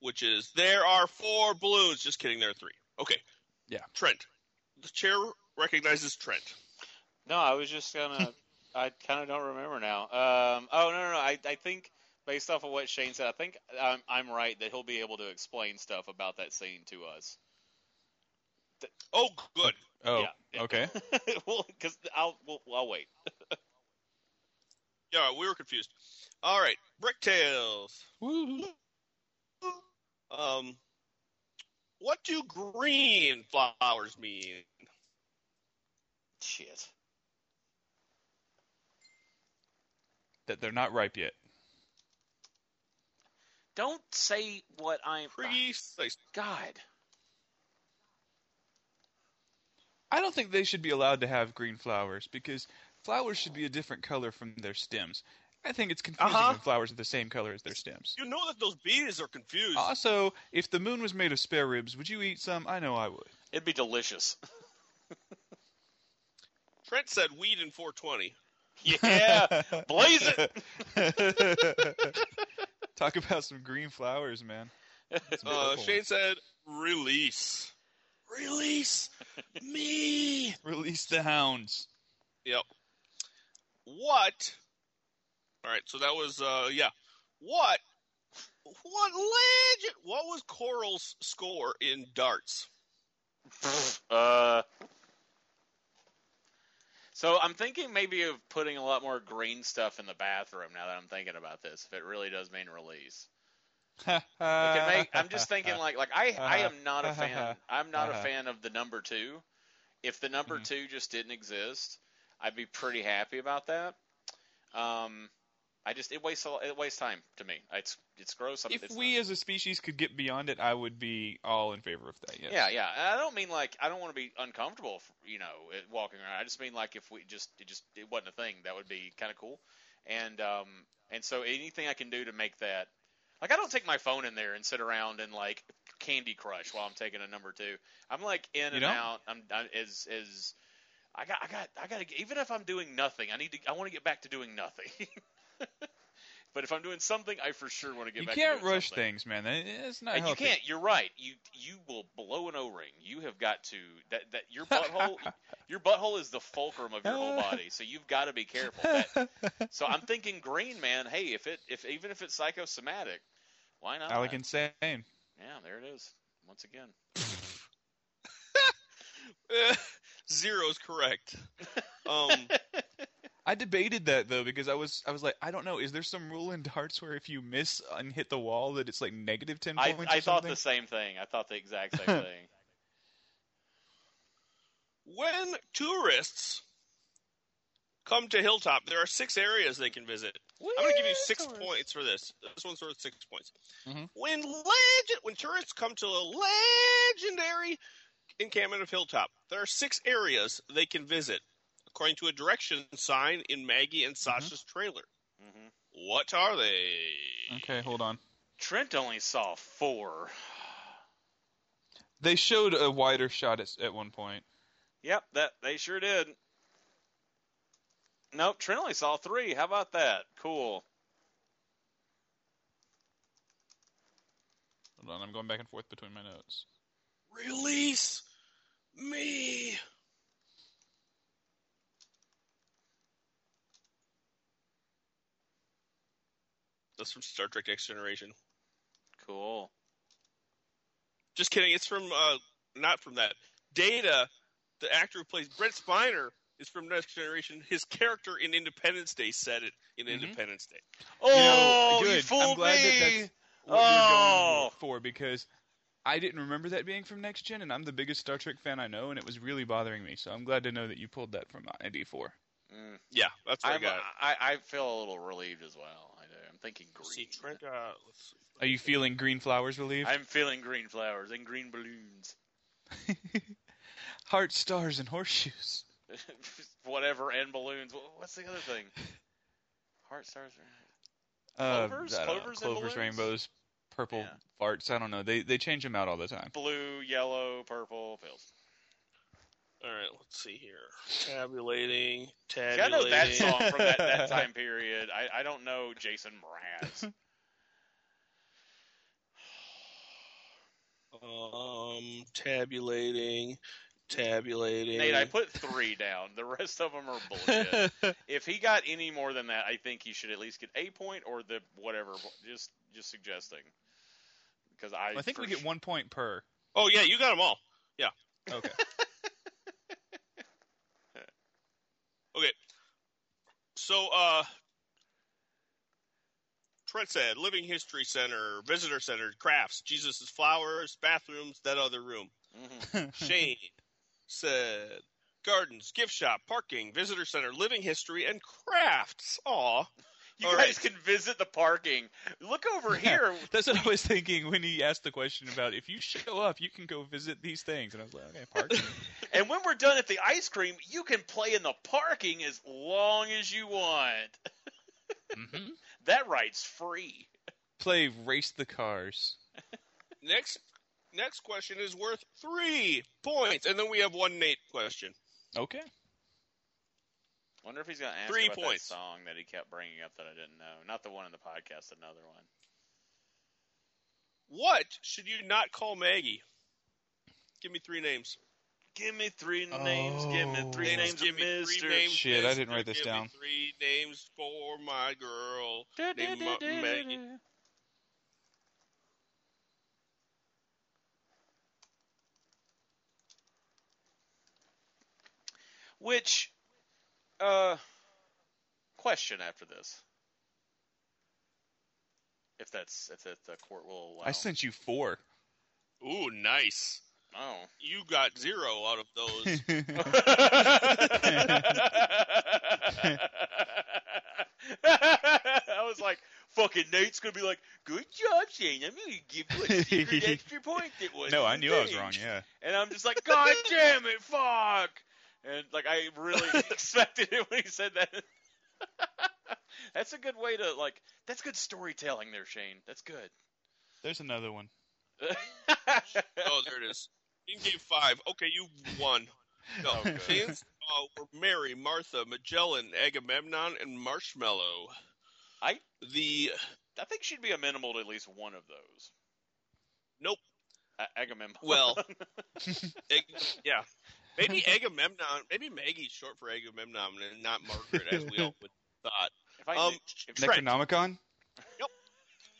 Speaker 2: which is there are four balloons. Just kidding, there are three. Okay.
Speaker 3: Yeah.
Speaker 2: Trent. The chair recognizes Trent.
Speaker 1: no, I was just gonna. I kind of don't remember now. Um, oh no, no, no. I I think based off of what Shane said, I think I'm I'm right that he'll be able to explain stuff about that scene to us.
Speaker 2: Oh, good.
Speaker 3: Oh,
Speaker 1: Yeah.
Speaker 3: okay.
Speaker 1: well, because I'll we'll, I'll wait.
Speaker 2: Yeah, we were confused. All right, Bricktails. Um, what do green flowers mean?
Speaker 1: Shit.
Speaker 3: that they're not ripe yet.
Speaker 1: Don't say what I'm.
Speaker 2: Precise.
Speaker 1: God.
Speaker 3: I don't think they should be allowed to have green flowers because flowers should be a different color from their stems. I think it's confusing
Speaker 2: Uh-huh.
Speaker 3: when flowers are the same color as their stems.
Speaker 2: You know that those bees are confused.
Speaker 3: Also, if the moon was made of spare ribs, would you eat some? I know I would.
Speaker 1: It'd be delicious.
Speaker 2: Trent said weed in 420.
Speaker 1: yeah, blaze it.
Speaker 3: Talk about some green flowers, man. It's
Speaker 1: Oh,
Speaker 2: Uh,
Speaker 3: beautiful.
Speaker 2: Shane said release. Release me.
Speaker 3: Release the hounds.
Speaker 2: Yep. What? All right, so that was uh yeah. What? What legend? What was Coral's score in darts?
Speaker 1: Uh. So I'm thinking maybe of putting a lot more green stuff in the bathroom now that I'm thinking about this. If it really does mean release, It can make- I'm just thinking like like I I am not a fan. I'm not a fan of the number two. If the number two just didn't exist, I'd be pretty happy about that. Um, I just it wastes a, it wastes time to me. It's it's gross. I'm,
Speaker 3: if
Speaker 1: it's
Speaker 3: we
Speaker 1: not-
Speaker 3: as a species could get beyond it, I would be all in favor of that. Yes.
Speaker 1: Yeah, yeah. And I don't mean like I don't want to be uncomfortable, f you know, it- walking around. I just mean like if we just it just it wasn't a thing, that would be kind of cool. And um and so anything I can do to make that like I don't take my phone in there and sit around and like Candy Crush while I'm taking a number two. I'm like in and
Speaker 3: know?
Speaker 1: out. I'm, i is is I got I got I got to even if I'm doing nothing, I need to I want to get back to doing nothing. but if I'm doing something, I for sure want to get
Speaker 3: You
Speaker 1: back.
Speaker 3: can't
Speaker 1: to doing
Speaker 3: rush
Speaker 1: something.
Speaker 3: things, man. That- It's not
Speaker 1: And you
Speaker 3: healthy.
Speaker 1: can't. You're right. You you will blow an O-ring. You have got to that that your butthole your butthole is the fulcrum of your whole body. So you've got to be careful. That- so I'm thinking green man. Hey, if it if even if it's psychosomatic, why not?
Speaker 3: Alec insane.
Speaker 1: Yeah, there it is. Once again,
Speaker 2: Zero is correct. Um,
Speaker 3: I debated that though because I was I was like I don't know is there some rule in darts where if you miss and hit the wall that it's like negative ten
Speaker 1: I
Speaker 3: points?
Speaker 1: I
Speaker 3: or
Speaker 1: thought
Speaker 3: something?
Speaker 1: the same thing. I thought the exact same thing.
Speaker 2: when tourists come to Hilltop, there are six areas they can visit. I'm going to give you six points for this. This one's worth six points. When legend, when tourists come to a legendary encampment of Hilltop, there are six areas they can visit, according to a direction sign in Maggie and Sasha's trailer. What are they?
Speaker 3: Okay, hold on.
Speaker 1: Trent only saw four.
Speaker 3: They showed a wider shot at, at one point.
Speaker 1: Yep, that they sure did. Nope, Trent only saw three. How about that? Cool.
Speaker 3: Hold on, I'm going back and forth between my notes.
Speaker 2: Release me. That's from Star Trek Next Generation.
Speaker 1: Cool.
Speaker 2: Just kidding. It's from uh, not from that. Data, the actor who plays Brent Spiner, is from Next Generation. His character in Independence Day said it in Independence Day.
Speaker 1: Oh,
Speaker 3: No,
Speaker 1: you
Speaker 3: good.
Speaker 1: fooled
Speaker 3: I'm glad
Speaker 1: me.
Speaker 3: that that's what you're
Speaker 1: oh,
Speaker 3: going for because I didn't remember that being from Next Gen, and I'm the biggest Star Trek fan I know, and it was really bothering me. So I'm glad to know that you pulled that from uh, ID4.
Speaker 2: Yeah, that's what i
Speaker 1: I'm-
Speaker 2: got.
Speaker 1: I, I feel a little relieved as well. I do. I'm thinking
Speaker 2: See,
Speaker 1: green.
Speaker 2: Trent, uh, let's see.
Speaker 3: Are you feeling green flowers relieved?
Speaker 1: I'm feeling green flowers and green balloons.
Speaker 3: Heart stars and horseshoes.
Speaker 1: Whatever, and balloons. Wh- What's the other thing? Heart stars. are-
Speaker 3: Uh,
Speaker 1: Clovers?
Speaker 3: I don't know.
Speaker 1: Clovers and
Speaker 3: clovers
Speaker 1: balloons?
Speaker 3: rainbows, purple
Speaker 1: Yeah.
Speaker 3: farts. I don't know. They they change them out all the time.
Speaker 1: Blue, yellow, purple, pills.
Speaker 2: All right, let's see here. Tabulating,
Speaker 1: See,
Speaker 2: tabulating.
Speaker 1: I know that song from that, that time period. I, I don't know Jason Mraz.
Speaker 2: Um, tabulating, tabulating.
Speaker 1: Nate, I put three down. The rest of them are bullshit. if he got any more than that, I think he should at least get a point or the whatever. Just just suggesting. Because I,
Speaker 3: I think we
Speaker 1: for
Speaker 3: get
Speaker 1: su-
Speaker 3: one point per.
Speaker 2: Oh yeah, you got them all. Yeah.
Speaker 3: Okay.
Speaker 2: Okay. So, uh, Trent said, "Living History Center, Visitor Center, crafts, Jesus' flowers, bathrooms, that other room."
Speaker 1: Mm-hmm.
Speaker 2: Shane said, "Gardens, gift shop, parking, Visitor Center, Living History, and crafts." Aw.
Speaker 1: You
Speaker 2: All
Speaker 1: guys
Speaker 2: right.
Speaker 1: can visit the parking. Look over here.
Speaker 3: That's what I was thinking when he asked the question about if you show up, you can go visit these things. And I was like, okay, parking.
Speaker 1: And when we're done at the ice cream, you can play in the parking as long as you want. that ride's free.
Speaker 3: Mm-hmm. Play race the cars.
Speaker 2: Next, next question is worth three points, and then we have one Nate question.
Speaker 3: Okay.
Speaker 1: Wonder if he's gonna ask
Speaker 2: Three
Speaker 1: about
Speaker 2: points.
Speaker 1: that song that he kept bringing up that I didn't know. Not the one in the podcast, another one.
Speaker 2: What should you not call Maggie? Give me three names.
Speaker 1: Give me three names. Give me three names
Speaker 2: Names, give
Speaker 1: of
Speaker 2: me
Speaker 1: Mister.
Speaker 2: three names.
Speaker 3: Shit, I
Speaker 2: mister.
Speaker 3: didn't write this
Speaker 2: Give me
Speaker 3: down.
Speaker 2: three names for my girl named Ma- Maggie.
Speaker 1: Which, uh, question after this? If that's if that the court will allow.
Speaker 3: I sent you four.
Speaker 2: Ooh, nice.
Speaker 1: Oh.
Speaker 2: You got zero out of those.
Speaker 1: I was like, fucking Nate's gonna be like, good job, Shane. I'm gonna give you a secret extra point that was.
Speaker 3: No, I knew I was wrong. Yeah.
Speaker 1: And I'm just like, God damn it, fuck! And like, I really expected it when he said that. that's a good way to like. That's good storytelling, there, Shane. That's good.
Speaker 3: There's another one.
Speaker 2: Oh, there it is. In game five. Okay, you won. No, fans uh, were Mary, Martha, Magellan, Agamemnon, and Marshmallow.
Speaker 1: I
Speaker 2: The
Speaker 1: I think she'd be amenable to at least one of those.
Speaker 2: nope.
Speaker 1: A- Agamemnon.
Speaker 2: Well, Ag- yeah, maybe Agamemnon. Maybe Maggie's short for Agamemnon and not Margaret, as we all would thought.
Speaker 1: if I
Speaker 2: Um,
Speaker 1: knew- if-
Speaker 2: Trent.
Speaker 3: Necronomicon?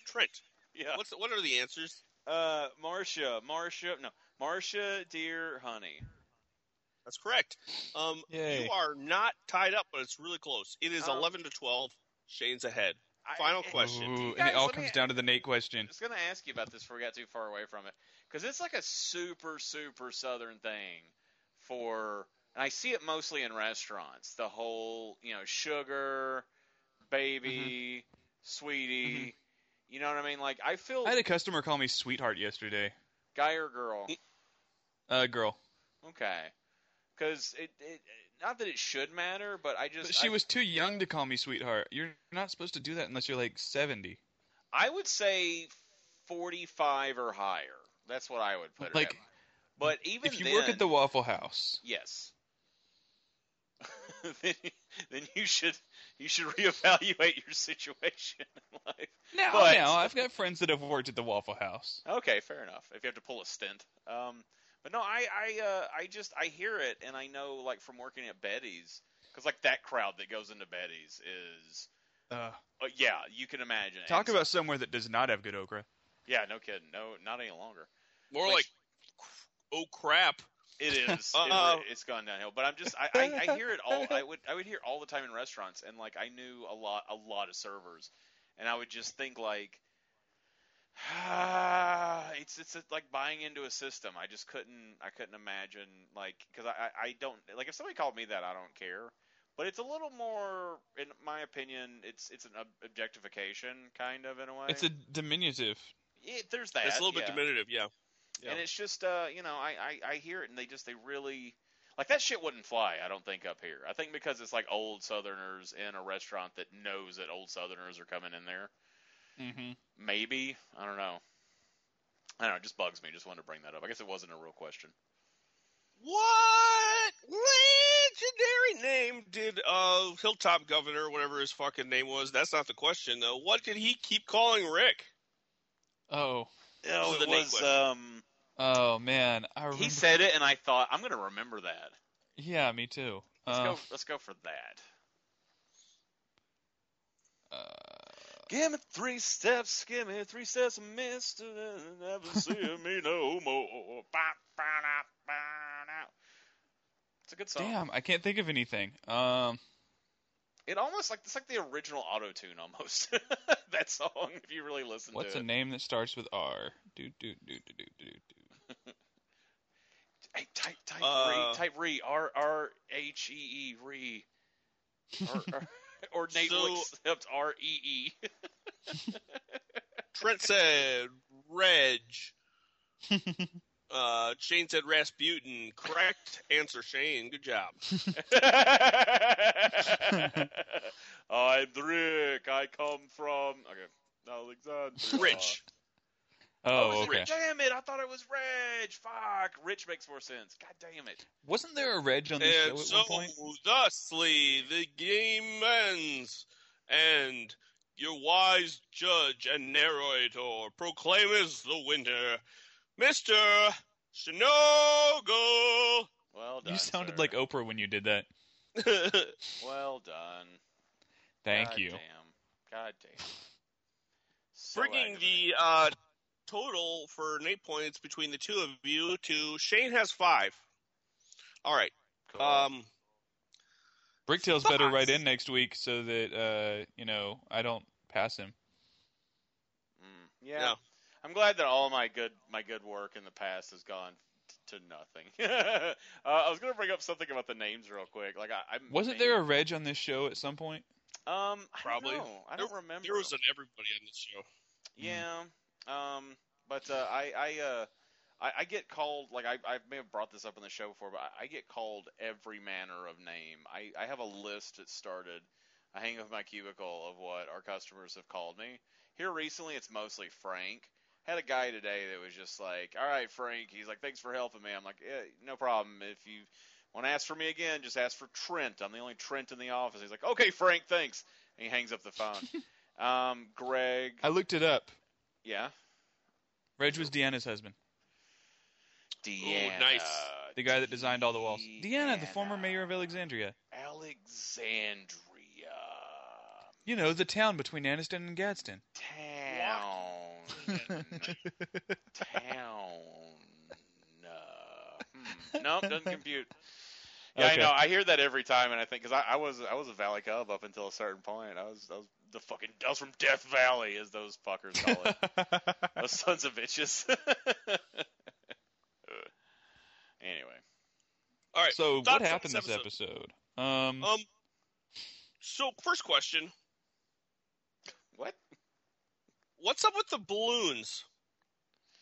Speaker 2: Trent,
Speaker 1: yeah.
Speaker 2: what's what are the answers?
Speaker 1: Uh, Marcia, Marcia, no, Marcia, dear honey.
Speaker 2: That's correct. Um,
Speaker 3: Yay.
Speaker 2: you are not tied up, but it's really close. It is
Speaker 1: Um,
Speaker 2: eleven to twelve. Shane's ahead. Final
Speaker 1: I,
Speaker 2: question.
Speaker 3: Ooh, and
Speaker 1: Guys,
Speaker 3: it all
Speaker 1: let me-
Speaker 3: comes down to the Nate
Speaker 1: I
Speaker 3: question.
Speaker 1: was gonna ask you about this before we got too far away from it, because it's like a super, super southern thing for, and I see it mostly in restaurants. The whole, you know, sugar, baby, sweetie. You know what I mean? Like I feel
Speaker 3: Mm-hmm. I had a customer call me sweetheart yesterday.
Speaker 1: guy or girl.
Speaker 3: Uh, girl.
Speaker 1: Okay, because it, it, not that it should matter, but I just
Speaker 3: But she
Speaker 1: I-
Speaker 3: was too young to call me sweetheart. You're not supposed to do that unless you're like 70.
Speaker 1: I would say 45 or higher. That's what I would put it
Speaker 3: Like,
Speaker 1: at. But even
Speaker 3: if you
Speaker 1: then,
Speaker 3: work at the Waffle House,
Speaker 1: yes, then, then you should you should reevaluate your situation in life.
Speaker 3: now,
Speaker 1: But-
Speaker 3: now I've got friends that have worked at the Waffle House.
Speaker 1: Okay, fair enough. If you have to pull a stint, um, but no, I I uh, I just I hear it and I know like from working at Betty's because like that crowd that goes into Betty's is
Speaker 3: Uh,
Speaker 1: uh, yeah you can imagine it.
Speaker 3: talk
Speaker 1: And-
Speaker 3: about somewhere that does not have good okra.
Speaker 1: yeah no kidding no not any longer.
Speaker 2: More
Speaker 1: Like-
Speaker 2: like, oh crap.
Speaker 1: It is. Uh, um,
Speaker 2: Uh-oh.
Speaker 1: it, has gone downhill. But I'm just I, I, I hear it all I would I would hear it all the time in restaurants and like I knew a lot a lot of servers and I would just think like it's it's like buying into a system. I just couldn't I couldn't imagine like because I, I I don't like if somebody called me that I don't care, but it's a little more in my opinion it's it's an ob- objectification kind of in a way.
Speaker 3: It's a diminutive.
Speaker 1: It- there's that.
Speaker 2: It's a little bit
Speaker 1: yeah.
Speaker 2: diminutive. Yeah.
Speaker 1: And it's just, uh, you know, I, I, I hear it and they just, they really, like that shit wouldn't fly, I don't think, up here. I think because it's like old Southerners in a restaurant that knows that old Southerners are coming in there.
Speaker 3: Mhm.
Speaker 1: Maybe. I don't know. I don't know. It just bugs me. Just wanted to bring that up. I guess it wasn't a real question.
Speaker 2: What legendary name did uh Hilltop Governor, whatever his fucking name was? That's not the question though. What did he keep calling Rick?
Speaker 3: Oh,
Speaker 2: Oh,
Speaker 1: it was, um,
Speaker 3: oh man, I remember.
Speaker 1: he said it and I thought, I'm going to remember that.
Speaker 3: yeah, me too.
Speaker 1: Let's,
Speaker 3: Uh,
Speaker 1: go, let's go for that. Uh, Give me three steps, give me three steps, mister, and never see me no more. Ba, ba, da, ba, da. It's a good song.
Speaker 3: damn, I can't think of anything. Um,
Speaker 1: It almost like it's like the original auto tune almost. that song, if you really listen
Speaker 3: what's
Speaker 1: to
Speaker 3: a
Speaker 1: it.
Speaker 3: name that starts with R? Do do do do do do do.
Speaker 1: Hey, type type
Speaker 2: Uh,
Speaker 1: re type re R R H E E re. Or, or, or Nate will
Speaker 2: So-
Speaker 1: accept R E E.
Speaker 2: Trent said Reg. uh Shane said Rasputin. Correct answer, Shane. Good job.
Speaker 1: I'm the Rick. I come from okay, Alexandria.
Speaker 2: Rich.
Speaker 3: Oh,
Speaker 1: Oh,
Speaker 3: okay.
Speaker 1: okay. Damn it! I thought it was Reg. Fuck. Rich makes more sense. God damn it.
Speaker 3: Wasn't there a Reg on this
Speaker 2: And
Speaker 3: Uh, show
Speaker 2: so
Speaker 3: at one point?
Speaker 2: thusly the game ends and your wise judge and narrator proclaims the winner, Mr. Shinogle.
Speaker 1: Well done.
Speaker 3: You sounded
Speaker 1: sir.
Speaker 3: like Oprah when you did that.
Speaker 1: Well done.
Speaker 3: Thank
Speaker 1: God
Speaker 3: you.
Speaker 1: Damn. God damn. So
Speaker 2: Bringing
Speaker 1: aggravating.
Speaker 2: the uh, total for Nate points between the two of you to Shane has five. All right.
Speaker 1: Cool.
Speaker 2: Um,
Speaker 3: Bricktail's better
Speaker 2: Fox.
Speaker 3: right in next week so that uh, you know I don't pass him.
Speaker 1: Mm, yeah.
Speaker 2: No.
Speaker 1: I'm glad that all my good my good work in the past has gone t- to nothing. uh, I was gonna bring up something about the names real quick. Like I, I'm
Speaker 3: Wasn't there a Reg on this show at some point?
Speaker 1: Um, I
Speaker 2: Probably.
Speaker 1: Don't know. I don't remember.
Speaker 2: there was an everybody on this show.
Speaker 1: yeah. Um, but uh, I I uh I, I get called like I I may have brought this up on the show before, but I, I get called every manner of name. I I have a list that started. I hang up my cubicle of what our customers have called me. Here recently, it's mostly Frank. had a guy today that was just like, "All right, Frank." He's like, "Thanks for helping me." I'm like, yeah, "No problem. If you want to ask for me again, just ask for Trent. I'm the only Trent in the office." He's like, "Okay, Frank, thanks." And he hangs up the phone. um, Greg,
Speaker 3: I looked it up.
Speaker 1: yeah,
Speaker 3: Reg was Deanna's husband,
Speaker 1: Deanna,
Speaker 2: nice.
Speaker 3: the guy that designed all the walls. Deanna, the former mayor of Alexandria.
Speaker 1: Alexandria
Speaker 3: You know, the town between Anniston and Gadsden.
Speaker 1: town, town. Uh, hmm. Nope, doesn't compute. Yeah,
Speaker 3: Okay.
Speaker 1: I know. I hear that every time, and I think because I, I was I was a Valley Cub up until a certain point. I was I was the fucking I was from Death Valley, as those fuckers call it. those sons of bitches. anyway,
Speaker 2: All right.
Speaker 3: So,
Speaker 2: thoughts
Speaker 3: what
Speaker 2: on
Speaker 3: happened this episode? Um,
Speaker 2: Um. So first question:
Speaker 1: what?
Speaker 2: What's up with the balloons?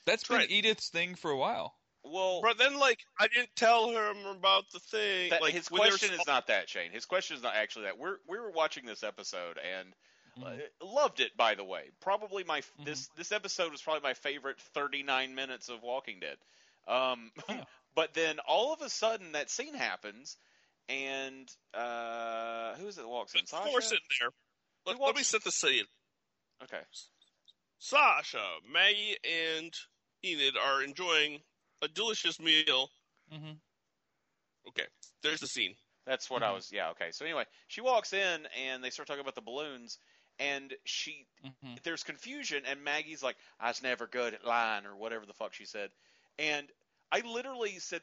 Speaker 3: that's been
Speaker 2: Trent.
Speaker 3: Edith's thing for a while.
Speaker 1: Well,
Speaker 2: But then, like, I didn't tell him about the thing.
Speaker 1: That-
Speaker 2: like
Speaker 1: his
Speaker 2: when they're
Speaker 1: question
Speaker 2: sol-
Speaker 1: is not that, Shane. His question is not actually that. We're we were watching this episode and uh,
Speaker 2: Mm-hmm.
Speaker 1: loved it. By the way, probably my f this this episode was probably my favorite 39 minutes of Walking Dead. Um, but then all of a sudden that scene happens, and uh, who is it that walks in? Sasha?
Speaker 2: Of course, in there. Let,
Speaker 1: He walks-
Speaker 2: let me set the scene.
Speaker 1: Okay.
Speaker 2: Sasha, Maggie, and Enid are enjoying a delicious meal. Okay, there's the scene.
Speaker 1: That's what
Speaker 2: Mm-hmm.
Speaker 1: I was. Yeah. Okay. So anyway, she walks in and they start talking about the balloons, and she there's confusion, and Maggie's like, "I was never good at lying," or whatever the fuck she said, and I literally said,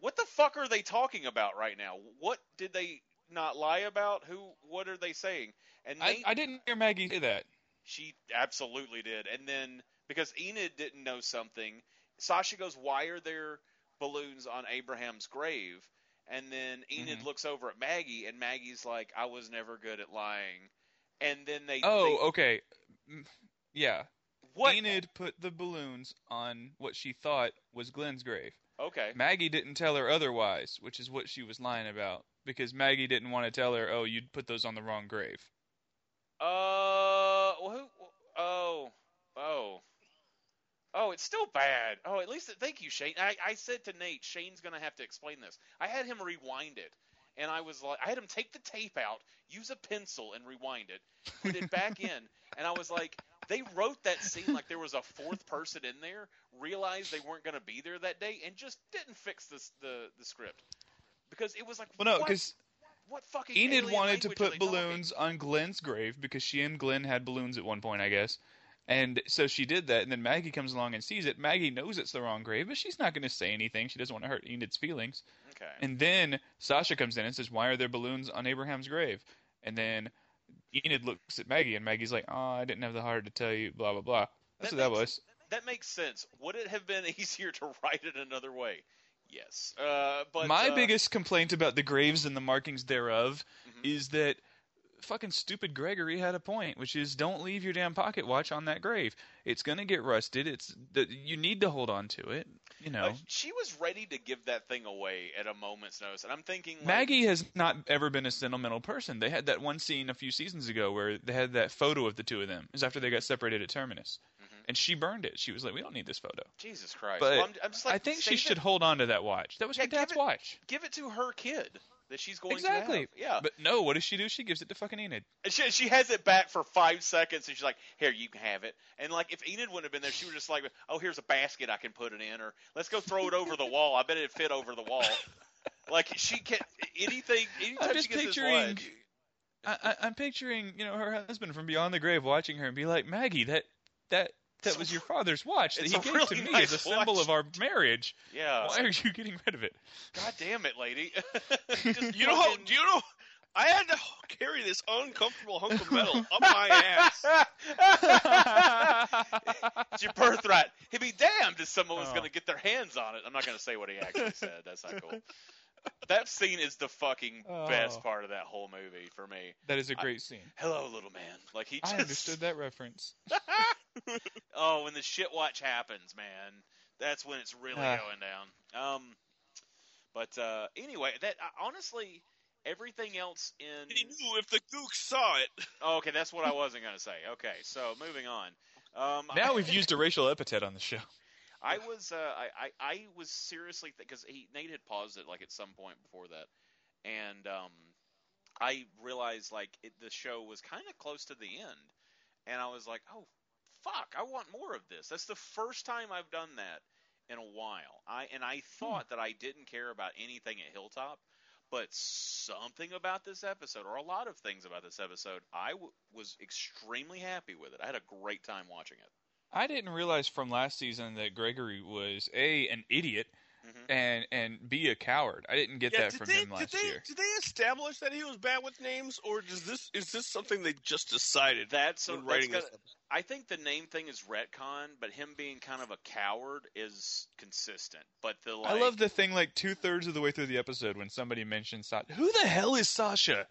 Speaker 1: "What the fuck are they talking about right now? What did they not lie about? Who? What are they saying?" And
Speaker 3: I,
Speaker 1: they,
Speaker 3: I didn't hear Maggie say that.
Speaker 1: she absolutely did. And then because Enid didn't know something, Sasha goes, "Why are there balloons on Abraham's grave?" And then Enid
Speaker 3: Mm-hmm.
Speaker 1: looks over at Maggie, and Maggie's like, "I was never good at lying." And then they they-
Speaker 3: Oh, okay. Mm, Yeah.
Speaker 1: what
Speaker 3: Enid put the balloons on what she thought was Glenn's grave.
Speaker 1: okay
Speaker 3: Maggie didn't tell her otherwise, which is what she was lying about because Maggie didn't want to tell her, "Oh, you'd put those on the wrong grave."
Speaker 1: uh who oh oh oh it's still bad oh at least thank you Shane I I said to Nate Shane's gonna have to explain this I had him rewind it. And I was like, I had him take the tape out, use a pencil, and rewind it, put it back in. And I was like, they wrote that scene like there was a fourth person in there, realized they weren't going to be there that day, and just didn't fix this, the the script because it was like,
Speaker 3: Well, no,
Speaker 1: what-
Speaker 3: 'cause
Speaker 1: what fucking
Speaker 3: Enid
Speaker 1: alien
Speaker 3: wanted to
Speaker 1: language are
Speaker 3: put
Speaker 1: they talking?
Speaker 3: balloons on Glenn's grave because she and Glenn had balloons at one point, I guess. And so she did that, and then Maggie comes along and sees it. Maggie knows it's the wrong grave, but she's not going to say anything. She doesn't want to hurt Enid's feelings.
Speaker 1: Okay.
Speaker 3: And then Sasha comes in and says, "Why are there balloons on Abraham's grave?" And then Enid looks at Maggie, and Maggie's like, "Oh, I didn't have the heart to tell you." Blah blah blah. That's what that
Speaker 1: makes-
Speaker 3: was.
Speaker 1: That makes sense. Would it have been easier to write it another way? Yes. Uh, but
Speaker 3: My
Speaker 1: uh,
Speaker 3: biggest complaint about the graves and the markings thereof
Speaker 1: Mm-hmm.
Speaker 3: is that fucking stupid Gregory had a point, which is don't leave your damn pocket watch on that grave. It's gonna get rusted. It's the, you need to hold on to it. You know,
Speaker 1: uh, she was ready to give that thing away at a moment's notice, and I'm thinking like,
Speaker 3: Maggie has not ever been a sentimental person. They had that one scene a few seasons ago where they had that photo of the two of them. It was after they got separated at Terminus, and she burned it. She was like, "We don't need this photo."
Speaker 1: Jesus Christ.
Speaker 3: But
Speaker 1: Mm-hmm. Well, I'm, I'm just like,
Speaker 3: I think she
Speaker 1: save
Speaker 3: should
Speaker 1: it,
Speaker 3: hold on to that watch. That was
Speaker 1: Yeah,
Speaker 3: her
Speaker 1: give
Speaker 3: dad's
Speaker 1: it-
Speaker 3: watch.
Speaker 1: give it to her kid that she's going
Speaker 3: Exactly.
Speaker 1: to have. Yeah.
Speaker 3: But no, what does she do? She gives it to fucking Enid.
Speaker 1: And she, she has it back for five seconds, and she's like, "Here, you can have it." And like, if Enid wouldn't have been there, she would just like, "Oh, here's a basket I can put it in," or "Let's go throw it over the wall. I bet it'd fit over the wall." Like she can anything. Anytime
Speaker 3: I'm just
Speaker 1: she gets this
Speaker 3: picturing.
Speaker 1: lunch-
Speaker 3: I, I, I'm picturing, you know, her husband from beyond the grave watching her and be like, Maggie, that that that was your father's watch that
Speaker 1: it's
Speaker 3: he
Speaker 1: a
Speaker 3: gave to
Speaker 1: really
Speaker 3: me
Speaker 1: nice
Speaker 3: as a symbol
Speaker 1: watch." Uh,
Speaker 3: of our marriage.
Speaker 1: Yeah.
Speaker 3: Why are you getting rid of it?
Speaker 1: God damn it, lady! Just
Speaker 2: You know how?
Speaker 1: fucking-
Speaker 2: Do you know? I had to carry this uncomfortable hunk of metal up my ass.
Speaker 1: it's your birthright. He'd be damned if someone was
Speaker 3: Oh.
Speaker 1: going to get their hands on it. I'm not going to say what he actually said. That's not cool. That scene is the fucking best
Speaker 3: Oh.
Speaker 1: part of that whole movie for me.
Speaker 3: That is a great scene.
Speaker 1: Hello, little man. Like he just
Speaker 3: I understood that reference.
Speaker 1: Oh, when the shit watch happens, man, that's when it's really
Speaker 3: Ah.
Speaker 1: going down. Um, but uh, anyway, that I honestly, everything else in
Speaker 2: He knew if the gook saw it.
Speaker 1: Oh, okay, that's what I wasn't going to say. Okay, so moving on. Um,
Speaker 3: Now we've used a racial epithet on the show.
Speaker 1: I was uh, I, I I was seriously because he Nate had paused it like at some point before that, and um, I realized like it, the show was kind of close to the end, and I was like, oh fuck, I want more of this. That's the first time I've done that in a while. I and I thought that I didn't care about anything at Hilltop. But something about this episode, or a lot of things about this episode, I w- was extremely happy with it. I had a great time watching it.
Speaker 3: I didn't realize from last season that Gregory was a an idiot and and b a coward. I didn't get that
Speaker 2: did
Speaker 3: from
Speaker 2: they,
Speaker 3: him last
Speaker 2: did they,
Speaker 3: year.
Speaker 2: Did they establish that he was bad with names, or does this is this something they just decided?
Speaker 1: That's
Speaker 2: when
Speaker 1: that's
Speaker 2: writing
Speaker 1: gotta-
Speaker 2: this?
Speaker 1: I think the name thing is retcon, but him being kind of a coward is consistent. But the like,
Speaker 3: I love the thing like two thirds of the way through the episode when somebody mentions Sasha. Who the hell is Sasha?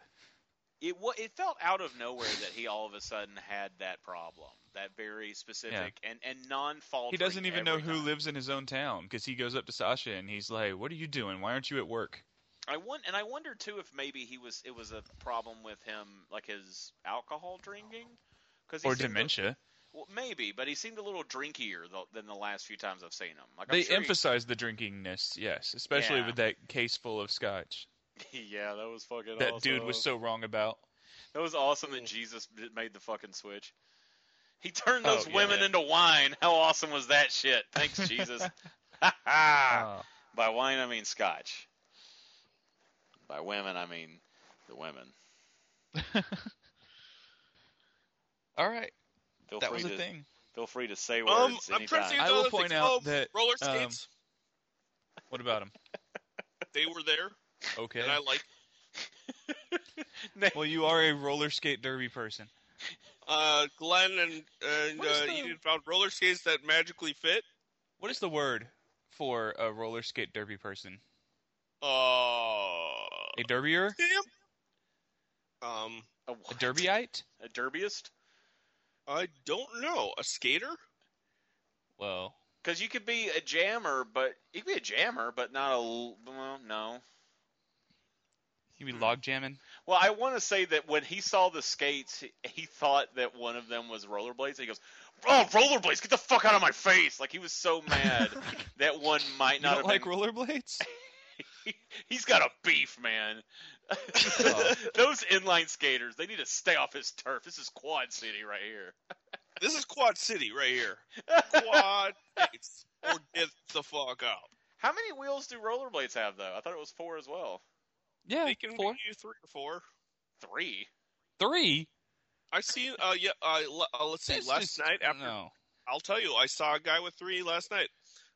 Speaker 1: it. wa- It felt out of nowhere that he all of a sudden had that problem, that very specific and and non fault.
Speaker 3: He doesn't even know who lives in his own town because he goes up to Sasha and he's like, "What are you doing? Why aren't you at work?"
Speaker 1: I want, and I wonder too if maybe he was it was a problem with him, like his alcohol drinking, because
Speaker 3: Or dementia.
Speaker 1: well, maybe, but he seemed a little drinkier tho- than the last few times I've seen him. Like I'm
Speaker 3: They
Speaker 1: sure he-
Speaker 3: emphasize the drinkingness, yes, especially
Speaker 1: Yeah.
Speaker 3: with that case full of scotch
Speaker 1: yeah, that was fucking.
Speaker 3: that
Speaker 1: awesome.
Speaker 3: dude was so wrong about.
Speaker 1: That was awesome that Jesus made the fucking switch. He turned those
Speaker 3: Oh, yeah.
Speaker 1: women into wine. How awesome was that shit? Thanks, Jesus. Ha
Speaker 3: Oh.
Speaker 1: ha. By wine, I mean scotch. By women, I mean the women.
Speaker 3: Ah. All right,
Speaker 1: Feel
Speaker 3: that
Speaker 1: free
Speaker 3: was a
Speaker 1: to,
Speaker 3: thing.
Speaker 1: Feel free to say
Speaker 2: Um,
Speaker 1: words
Speaker 2: I'm
Speaker 1: anytime.
Speaker 2: trying to think of
Speaker 3: I
Speaker 2: the
Speaker 3: will
Speaker 2: other
Speaker 3: point
Speaker 2: things.
Speaker 3: out
Speaker 2: Oh,
Speaker 3: that,
Speaker 2: roller
Speaker 3: um,
Speaker 2: skates.
Speaker 3: What about him?
Speaker 2: they were there,
Speaker 3: Okay.
Speaker 2: and I like.
Speaker 3: Well, you are a roller skate derby person.
Speaker 2: Uh, Glenn and and
Speaker 3: What is
Speaker 2: uh,
Speaker 3: the-
Speaker 2: Edith found roller skates that magically fit.
Speaker 3: What is the word for a roller skate derby person?
Speaker 2: Oh,
Speaker 3: A derbier?
Speaker 2: damn. Um,
Speaker 1: a,
Speaker 3: A
Speaker 1: what?
Speaker 3: derbyite?
Speaker 1: A derbyist?
Speaker 2: I don't know. A skater?
Speaker 3: Well,
Speaker 1: Because you could be a jammer, but you could be a jammer, but not a. l- Well, no.
Speaker 3: you
Speaker 1: Hmm.
Speaker 3: be log jamming?
Speaker 1: Well, I want to say that when he saw the skates, he, he thought that one of them was rollerblades. He goes, "Oh, rollerblades! Get the fuck out of my face!" Like he was so mad that one might
Speaker 3: You
Speaker 1: not have
Speaker 3: don't like
Speaker 1: been.
Speaker 3: rollerblades?
Speaker 1: He's got a beef, man.
Speaker 3: Oh.
Speaker 1: Those inline skaters, they need to stay off his turf. This is Quad City right here.
Speaker 2: This is Quad City right here. Quad skates or get the fuck out.
Speaker 1: How many wheels do rollerblades have, though? I thought it was four as well.
Speaker 3: yeah,
Speaker 2: They can
Speaker 3: four,
Speaker 2: make you three or four.
Speaker 1: Three.
Speaker 3: three.
Speaker 2: I seen. Uh, yeah. Uh, le- uh, let's see.
Speaker 3: That's
Speaker 2: last
Speaker 3: just-
Speaker 2: night after
Speaker 3: no.
Speaker 2: I'll tell you, I saw a guy with three last night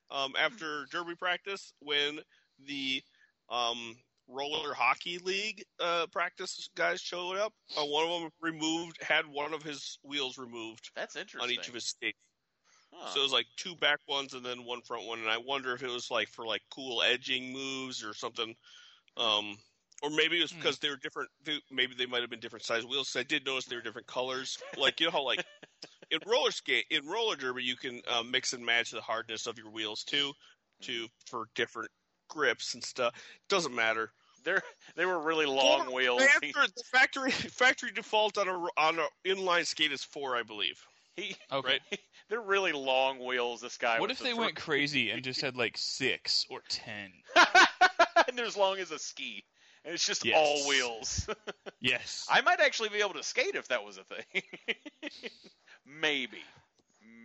Speaker 2: um, after derby practice when the um, roller hockey league uh, practice guys showed up. Uh, one of them removed had one of his wheels removed
Speaker 1: That's interesting.
Speaker 2: on each of his skates.
Speaker 1: Huh.
Speaker 2: So it was like two back ones and then one front one. And I wonder if it was like for like cool edging moves or something. Um, or maybe it was because they were different. They, maybe they might have been different size wheels. 'cause I did notice they were different colors. Like you know how like in roller skate in roller derby you can uh, mix and match the hardness of your wheels too, to for different grips and stuff. Doesn't matter.
Speaker 1: They're, they were really long
Speaker 2: Four-
Speaker 1: wheels. He,
Speaker 2: Factor, the factory factory default on a ro- on a inline skate is four, I believe.
Speaker 1: he,
Speaker 3: Okay.
Speaker 2: Right.
Speaker 1: they're really long wheels, this guy.
Speaker 3: What
Speaker 1: with
Speaker 3: if
Speaker 1: the
Speaker 3: they
Speaker 1: thr-
Speaker 3: went crazy and just had like six or ten?
Speaker 1: and they're as long as a ski, and it's just
Speaker 3: Yes.
Speaker 1: all wheels.
Speaker 3: Yes.
Speaker 1: I might actually be able to skate if that was a thing. Maybe,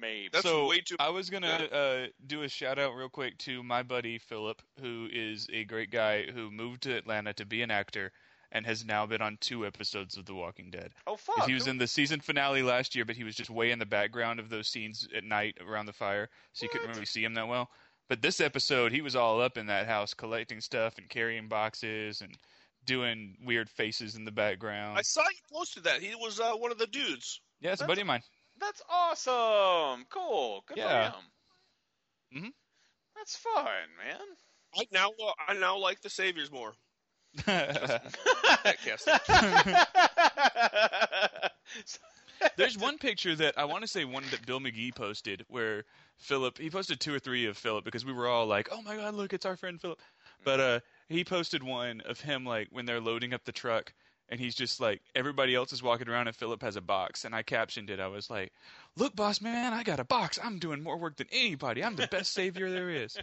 Speaker 1: maybe.
Speaker 2: That's
Speaker 3: so
Speaker 2: way too-
Speaker 3: I was gonna uh, do a shout out real quick to my buddy Philip, who is a great guy who moved to Atlanta to be an actor and has now been on two episodes of The Walking Dead.
Speaker 1: oh
Speaker 3: 'Cause
Speaker 1: fuck!
Speaker 3: he was in the season finale last year, but he was just way in the background of those scenes at night around the fire, so you couldn't really see him that well. But this episode, he was all up in that house collecting stuff and carrying boxes and doing weird faces in the background.
Speaker 2: I saw you posted that. He was uh, one of the dudes.
Speaker 3: yeah, it's a buddy of mine.
Speaker 1: That's awesome. Cool. Good
Speaker 3: Yeah.
Speaker 1: for him.
Speaker 3: Mhm.
Speaker 1: That's fun, man.
Speaker 2: I now uh, I now like the Saviors more.
Speaker 3: There's one picture that I want to say one that Bill McGee posted where Philip he posted two or three of Philip because we were all like, "Oh my god, look, it's our friend Philip." But uh he posted one of him like when they're loading up the truck and he's just like everybody else is walking around and Philip has a box and I captioned it. I was like, "Look, boss man, I got a box. I'm doing more work than anybody. I'm the best savior there is."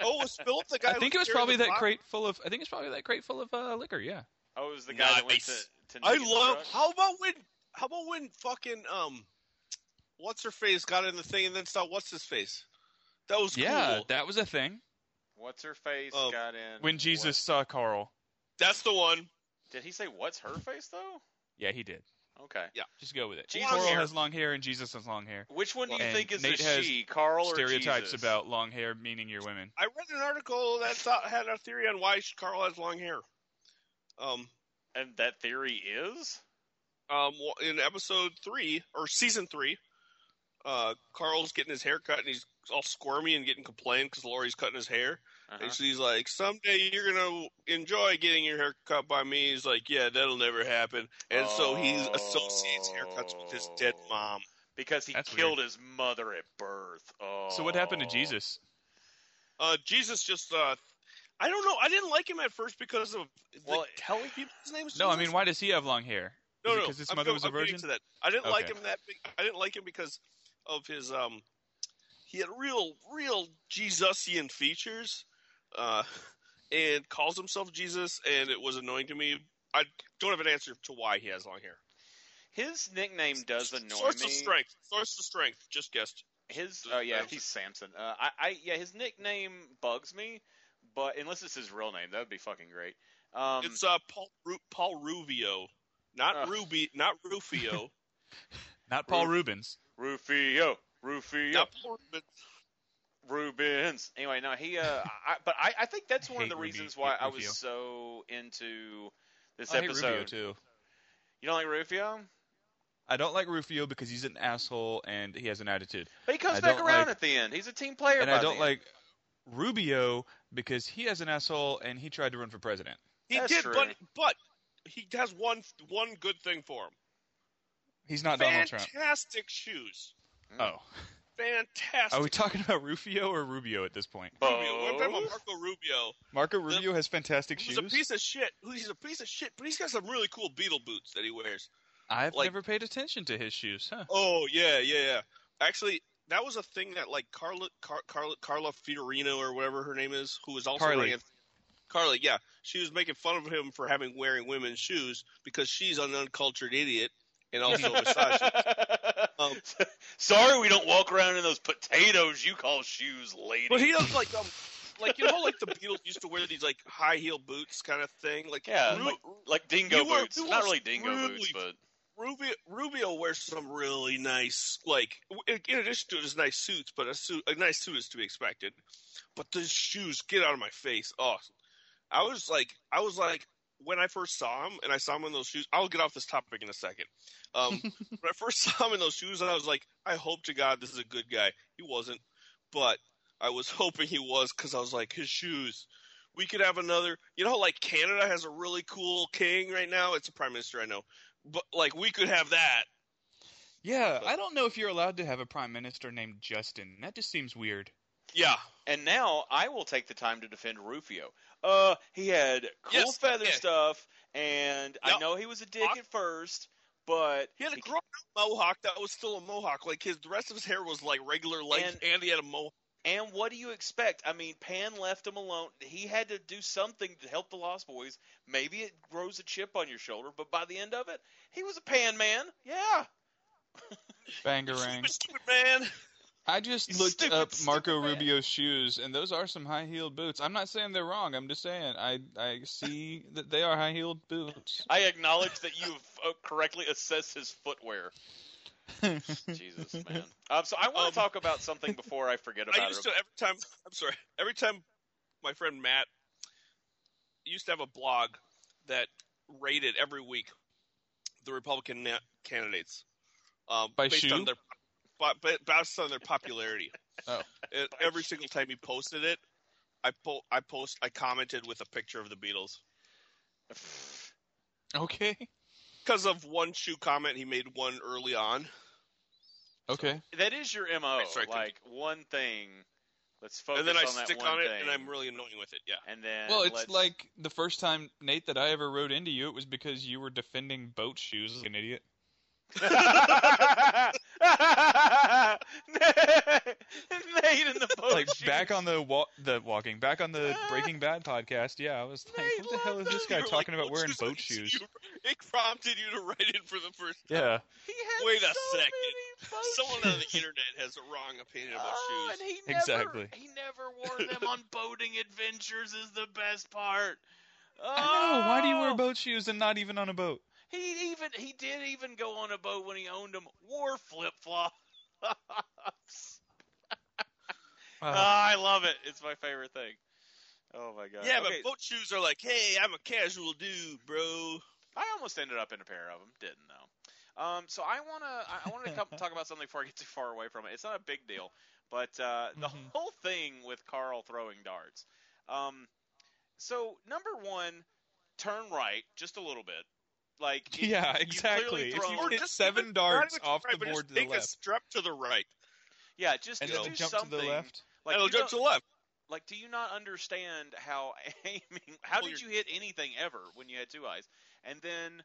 Speaker 2: Oh, was Philip the guy?
Speaker 3: I think
Speaker 2: who
Speaker 3: it was
Speaker 2: carried
Speaker 3: probably
Speaker 2: the
Speaker 3: that
Speaker 2: box?
Speaker 3: crate full of I think it's probably that crate full of uh, liquor, yeah.
Speaker 1: Oh, it was the guy that went
Speaker 2: Nice.
Speaker 1: to. to
Speaker 2: I
Speaker 1: Negan's
Speaker 2: love.
Speaker 1: truck?
Speaker 2: How about when? How about when fucking um, what's her face got in the thing and then saw what's his face? That was
Speaker 3: Yeah,
Speaker 2: cool.
Speaker 3: that was a thing.
Speaker 1: What's her face
Speaker 2: Um,
Speaker 1: got in
Speaker 3: When Jesus saw Carl.
Speaker 2: That's the one.
Speaker 1: what- Did he say what's her face though?
Speaker 3: Yeah, he did.
Speaker 1: Okay.
Speaker 3: Just go with it.
Speaker 1: Jesus-
Speaker 3: Carl
Speaker 1: Hair.
Speaker 3: has long hair and Jesus has long hair.
Speaker 1: Which one do you
Speaker 3: And
Speaker 1: think is
Speaker 3: Nate
Speaker 1: the
Speaker 3: has
Speaker 1: she, Carl or
Speaker 3: Stereotypes
Speaker 1: Jesus?
Speaker 3: about long hair meaning you're women.
Speaker 2: I read an article that thought, had a theory on why Carl has long hair. Um,
Speaker 1: And that theory is
Speaker 2: um, well, in episode three or season three, uh, Carl's getting his hair cut and he's all squirmy and getting complained because Lori's cutting his hair.
Speaker 1: Uh-huh.
Speaker 2: And she's like, "Someday you're gonna enjoy getting your hair cut by me." He's like, "Yeah, that'll never happen." And so he associates haircuts with his dead
Speaker 1: Oh.
Speaker 2: mom.
Speaker 1: because he
Speaker 3: That's
Speaker 1: killed his mother at birth. Oh.
Speaker 3: So what happened to Jesus?
Speaker 2: Uh, Jesus just, uh, I don't know. I didn't like him at first because of the
Speaker 1: Well,
Speaker 2: telling people his name. is
Speaker 3: No, I
Speaker 2: Jesus.
Speaker 3: mean why does he have long hair?
Speaker 2: No,
Speaker 3: Is it
Speaker 2: no,
Speaker 3: Because his
Speaker 2: I'm
Speaker 3: mother
Speaker 2: go-
Speaker 3: was a
Speaker 2: I'm getting
Speaker 3: virgin.
Speaker 2: To that. I didn't like
Speaker 3: Okay.
Speaker 2: him that. Big. I didn't like him because of his um, he had real, real Jesusian features, uh, and calls himself Jesus, and it was annoying to me. I don't have an answer to why he has long hair.
Speaker 1: His nickname does annoy
Speaker 2: Source
Speaker 1: me.
Speaker 2: of strength. Source of strength. Just guessed.
Speaker 1: His oh yeah, he's Samson. Uh, I, I yeah, his nickname bugs me, but unless it's his real name, that would be fucking great. Um,
Speaker 2: it's uh Paul Ru- Paul Rubio, not
Speaker 1: Ugh.
Speaker 2: Ruby, not Rufio,
Speaker 3: Not Paul Rubens.
Speaker 1: Rufio, Rufio,
Speaker 2: not Paul Rubin.
Speaker 1: Rubens. Anyway, no, he. Uh, I, but I, I think that's
Speaker 3: I
Speaker 1: one of
Speaker 3: hate
Speaker 1: the
Speaker 3: Ruby-
Speaker 1: reasons why
Speaker 3: hate
Speaker 1: I was
Speaker 3: Rufio.
Speaker 1: so into this
Speaker 3: I hate
Speaker 1: episode.
Speaker 3: Rubio too.
Speaker 1: You don't like Rufio?
Speaker 3: I don't like Rufio because he's an asshole and he has an attitude.
Speaker 1: But he comes
Speaker 3: I
Speaker 1: back
Speaker 3: don't
Speaker 1: around
Speaker 3: like-
Speaker 1: at the end. He's a team player.
Speaker 3: And
Speaker 1: by
Speaker 3: I
Speaker 1: the
Speaker 3: don't
Speaker 1: end.
Speaker 3: like Rubio because he has an asshole and he tried to run for president.
Speaker 2: He
Speaker 1: That's
Speaker 2: did,
Speaker 1: true.
Speaker 2: but but he has one one good thing for him.
Speaker 3: He's not Donald Trump.
Speaker 2: Fantastic shoes.
Speaker 3: Oh.
Speaker 2: Fantastic.
Speaker 3: Are we talking about Rufio or Rubio at this point?
Speaker 2: Rubio. We're talking about
Speaker 1: Both.
Speaker 2: Marco Rubio,
Speaker 3: Marco Rubio has fantastic
Speaker 2: who's
Speaker 3: shoes.
Speaker 2: a piece of shit. who- He's a piece of shit, but he's got some really cool beetle boots that he wears.
Speaker 3: I've
Speaker 2: like-
Speaker 3: never paid attention to his shoes, huh?
Speaker 2: Oh yeah, yeah, yeah. Actually, that was a thing that like Carla, Car- Carla, Carla Fiorino or whatever her name is, who was also
Speaker 3: Carly.
Speaker 2: running. Carly, yeah, she was making fun of him for having wearing women's shoes because she's an uncultured idiot and also a misogynist. Um,
Speaker 1: Sorry, we don't walk around in those potatoes you call shoes, lady.
Speaker 2: But he does like um, like you know, how, like the Beatles used to wear these like high heel boots kind of thing. Like
Speaker 1: yeah,
Speaker 2: Ru-
Speaker 1: like, like dingo
Speaker 2: you were-
Speaker 1: boots.
Speaker 2: you were
Speaker 1: Not really dingo
Speaker 2: really-
Speaker 1: boots, but
Speaker 2: Rubio, Rubio wears some really nice, like in in addition to his nice suits, but a suit, a nice suit is to be expected. But those shoes, get out of my face! Oh, I was like, I was like, when I first saw him, and I saw him in those shoes. I'll get off this topic in a second. Um, when I first saw him in those shoes, I was like, I hope to God this is a good guy. He wasn't, but I was hoping he was because I was like, his shoes. We could have another. You know, how, like Canada has a really cool king right now. It's a prime minister, I know but like we could have that.
Speaker 3: Yeah, I don't know if you're allowed to have a prime minister named Justin. That just seems weird.
Speaker 2: Yeah.
Speaker 1: And now I will take the time to defend Rufio. Uh, he had cool
Speaker 2: Yes,
Speaker 1: feather
Speaker 2: yeah.
Speaker 1: stuff, and I
Speaker 2: Yep.
Speaker 1: know he was a dick
Speaker 2: Awesome.
Speaker 1: at first, but
Speaker 2: He had a grown out mohawk that was still a mohawk. Like his the rest of his hair was like regular length
Speaker 1: And-
Speaker 2: and, he had a mohawk.
Speaker 1: and what do you expect? I mean, Pan left him alone. He had to do something to help the Lost Boys. Maybe it grows a chip on your shoulder, but by the end of it, he was a Pan man. Yeah,
Speaker 3: Bangarang.
Speaker 2: Stupid man.
Speaker 3: I just looked
Speaker 1: Stupid,
Speaker 3: up
Speaker 1: stupid
Speaker 3: Marco
Speaker 1: man.
Speaker 3: Rubio's shoes, and those are some high-heeled boots. I'm not saying they're wrong. I'm just saying I I see that they are high-heeled boots.
Speaker 1: I acknowledge that you've uh, correctly assessed his footwear. Jesus, man. Um, so I want
Speaker 2: Um,
Speaker 1: to talk about something before I forget about
Speaker 2: I
Speaker 1: it.
Speaker 2: used to every time I'm sorry. Every time my friend Matt used to have a blog that rated every week the Republican na- candidates um,
Speaker 3: By
Speaker 2: based
Speaker 3: shoe?
Speaker 2: on their by, ba- based on their popularity.
Speaker 3: Oh.
Speaker 2: And every single time he posted it, I po- I post I commented with a picture of the Beatles.
Speaker 3: Okay.
Speaker 2: because of one shoe comment he made one early on.
Speaker 3: Okay.
Speaker 1: that is your mo.
Speaker 2: Right, sorry,
Speaker 1: like one thing Let's focus
Speaker 2: and then I
Speaker 1: on that
Speaker 2: stick
Speaker 1: one
Speaker 2: on it,
Speaker 1: thing.
Speaker 2: and I'm really annoying with it. Yeah.
Speaker 1: And then
Speaker 3: Well, it's
Speaker 1: let's-
Speaker 3: like the first time Nate that I ever rode into you, it was because you were defending boat shoes like an idiot.
Speaker 1: Nate in the boat.
Speaker 3: Like
Speaker 1: shoes.
Speaker 3: back on the wa- the walking, back on the Breaking Bad podcast. Yeah, I was like,
Speaker 2: Nate
Speaker 3: what the hell is
Speaker 2: loved
Speaker 3: this
Speaker 2: it.
Speaker 3: guy
Speaker 2: You were
Speaker 3: talking
Speaker 2: like,
Speaker 3: about wearing
Speaker 2: "Boat
Speaker 3: boat
Speaker 2: shoes."
Speaker 3: shoes?
Speaker 2: You- It prompted you to write it for the first time.
Speaker 3: Yeah.
Speaker 1: He had
Speaker 2: Wait a
Speaker 1: so
Speaker 2: second.
Speaker 1: many boat
Speaker 2: Someone
Speaker 1: shoes.
Speaker 2: on the internet has a wrong opinion about
Speaker 1: Oh,
Speaker 2: shoes.
Speaker 1: and he never,
Speaker 3: Exactly.
Speaker 1: He never wore them on boating adventures. Is the best part. Oh,
Speaker 3: I know. Why do you wear boat shoes and not even on a boat?
Speaker 1: He even he did even go on a boat when he owned them. Wore flip
Speaker 3: Uh.
Speaker 1: flops.
Speaker 3: Wow.
Speaker 1: Ah, I love it. It's my favorite thing. Oh my god.
Speaker 2: yeah,
Speaker 1: Okay,
Speaker 2: but boat shoes are like, hey, I'm a casual dude, bro.
Speaker 1: I almost ended up in a pair of them. Didn't though. Um, so I wanna I I wanted to come, talk about something before I get too far away from it. It's not a big deal, but uh, the whole thing with Carl throwing darts. Um, so number one, turn right just a little bit. Like it-
Speaker 3: yeah,
Speaker 1: you
Speaker 3: exactly.
Speaker 1: clearly
Speaker 3: If
Speaker 1: throw-
Speaker 3: you
Speaker 2: Or
Speaker 3: hit
Speaker 2: just
Speaker 3: seven
Speaker 2: even-
Speaker 3: darts
Speaker 2: not even
Speaker 3: off
Speaker 2: right,
Speaker 3: the
Speaker 2: but
Speaker 3: board
Speaker 2: just
Speaker 3: to the
Speaker 2: take a
Speaker 3: left,
Speaker 2: step to the right.
Speaker 1: yeah, just,
Speaker 3: and
Speaker 1: just
Speaker 3: it'll
Speaker 1: do
Speaker 3: jump to
Speaker 1: something.
Speaker 3: the left.
Speaker 1: Like
Speaker 2: It'll
Speaker 1: you don't-
Speaker 2: jump to the left.
Speaker 1: Like, do you not understand how aiming? How
Speaker 2: Well,
Speaker 1: did you
Speaker 2: you're-
Speaker 1: hit anything ever when you had two eyes? And then,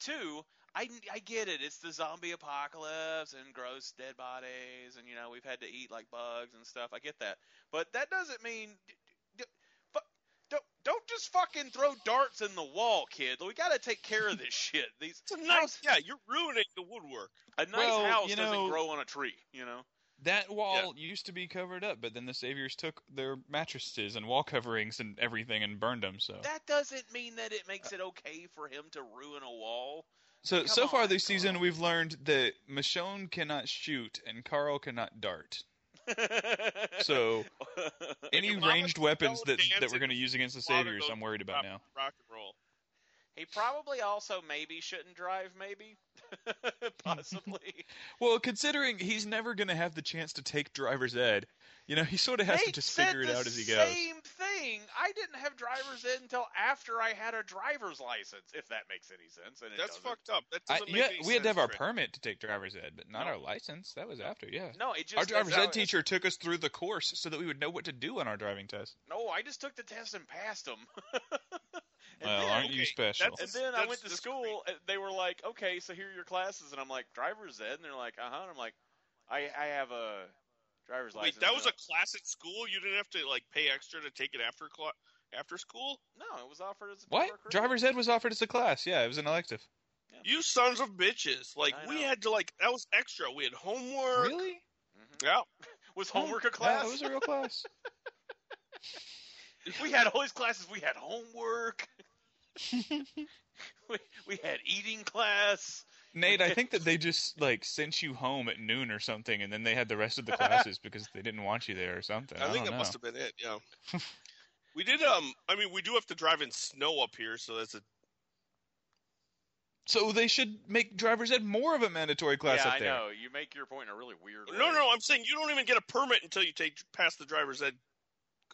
Speaker 1: two, I, I get it. It's the zombie apocalypse and gross dead bodies, and you know we've had to eat like bugs and stuff. I get that, but that doesn't mean. d- d- fu- Don't, don't just fucking throw darts in the wall, kid. We gotta take care of this shit. These
Speaker 2: It's a
Speaker 1: house-
Speaker 2: nice. Yeah, you're ruining the woodwork.
Speaker 1: a nice
Speaker 3: Well,
Speaker 1: house
Speaker 3: you know-
Speaker 1: doesn't grow on a tree, you know.
Speaker 3: That wall used to be covered up, but then the saviors took their mattresses and wall coverings and everything and burned them. So,
Speaker 1: That doesn't mean that it makes it okay for him to ruin a wall.
Speaker 3: so
Speaker 1: come
Speaker 3: so far
Speaker 1: on,
Speaker 3: this season,
Speaker 1: Carl.
Speaker 3: we've learned that Michonne cannot shoot and Carl cannot dart. So, any
Speaker 2: mama
Speaker 3: ranged
Speaker 2: can
Speaker 3: weapons
Speaker 2: go
Speaker 3: that
Speaker 2: dance
Speaker 3: that we're
Speaker 2: in
Speaker 3: going to use against the
Speaker 2: Water
Speaker 3: saviors,
Speaker 2: goes
Speaker 3: I'm worried
Speaker 2: to
Speaker 3: about
Speaker 2: rock-
Speaker 3: now.
Speaker 2: Rock and roll.
Speaker 1: He probably also maybe shouldn't drive, maybe. Possibly.
Speaker 3: Well, considering he's never going to have the chance to take driver's ed, you know, he sort of has to
Speaker 1: Nate
Speaker 3: just
Speaker 1: said
Speaker 3: figure it
Speaker 1: the
Speaker 3: out as he goes.
Speaker 1: Same thing. I didn't have driver's ed until after I had a driver's license, if that makes any sense. And it
Speaker 2: That's
Speaker 1: doesn't.
Speaker 2: fucked up. That
Speaker 3: I-
Speaker 2: doesn't make
Speaker 3: yeah,
Speaker 2: any
Speaker 3: we had to have
Speaker 2: sense,
Speaker 3: our
Speaker 2: Trent.
Speaker 3: permit to take driver's ed, but not our license. That was after, yeah.
Speaker 1: No, it just
Speaker 3: our driver's
Speaker 1: that's how
Speaker 3: ed
Speaker 1: it-
Speaker 3: teacher took us through the course so that we would know what to do on our driving test.
Speaker 1: No, I just took the test and passed them.
Speaker 3: well, aren't you
Speaker 2: okay,
Speaker 3: special?
Speaker 2: that's-
Speaker 1: And then I
Speaker 2: That's-
Speaker 1: went to
Speaker 2: that's
Speaker 1: school. and They were like, "Okay, so here are your classes," and I'm like, "Driver's ed," and they're like, "Uh huh." And I'm like, "I I have a driver's license."
Speaker 2: Wait, that was
Speaker 1: And
Speaker 2: a class at school. You didn't have to like pay extra to take it after cla- after school.
Speaker 1: they're like, no. It was offered as a part of our
Speaker 3: What?
Speaker 1: curriculum."
Speaker 3: Driver's ed was offered as a class. Yeah, it was an elective.
Speaker 2: You sons of bitches! Like
Speaker 1: I
Speaker 2: we
Speaker 1: know.
Speaker 2: had to like that was extra. We had homework.
Speaker 3: Really? Oh,
Speaker 2: Yeah.
Speaker 1: was homework a
Speaker 3: Yeah,
Speaker 1: class?
Speaker 3: it was a real class.
Speaker 1: we had all these classes. We had homework. we, we had eating class.
Speaker 3: Nate, I think that they just like sent you home at noon or something, and then they had the rest of the classes because they didn't want you there or something. I,
Speaker 2: I, think
Speaker 3: don't
Speaker 2: that
Speaker 3: know.
Speaker 2: must have been it. Yeah. we did. Um. I mean, we do have to drive in snow up here, so that's a.
Speaker 3: So they should make driver's ed more of a mandatory class
Speaker 1: yeah,
Speaker 3: up there.
Speaker 1: I know. You make your point in a really weird way.
Speaker 2: No, no. I'm saying you don't even get a permit until you take past the driver's ed.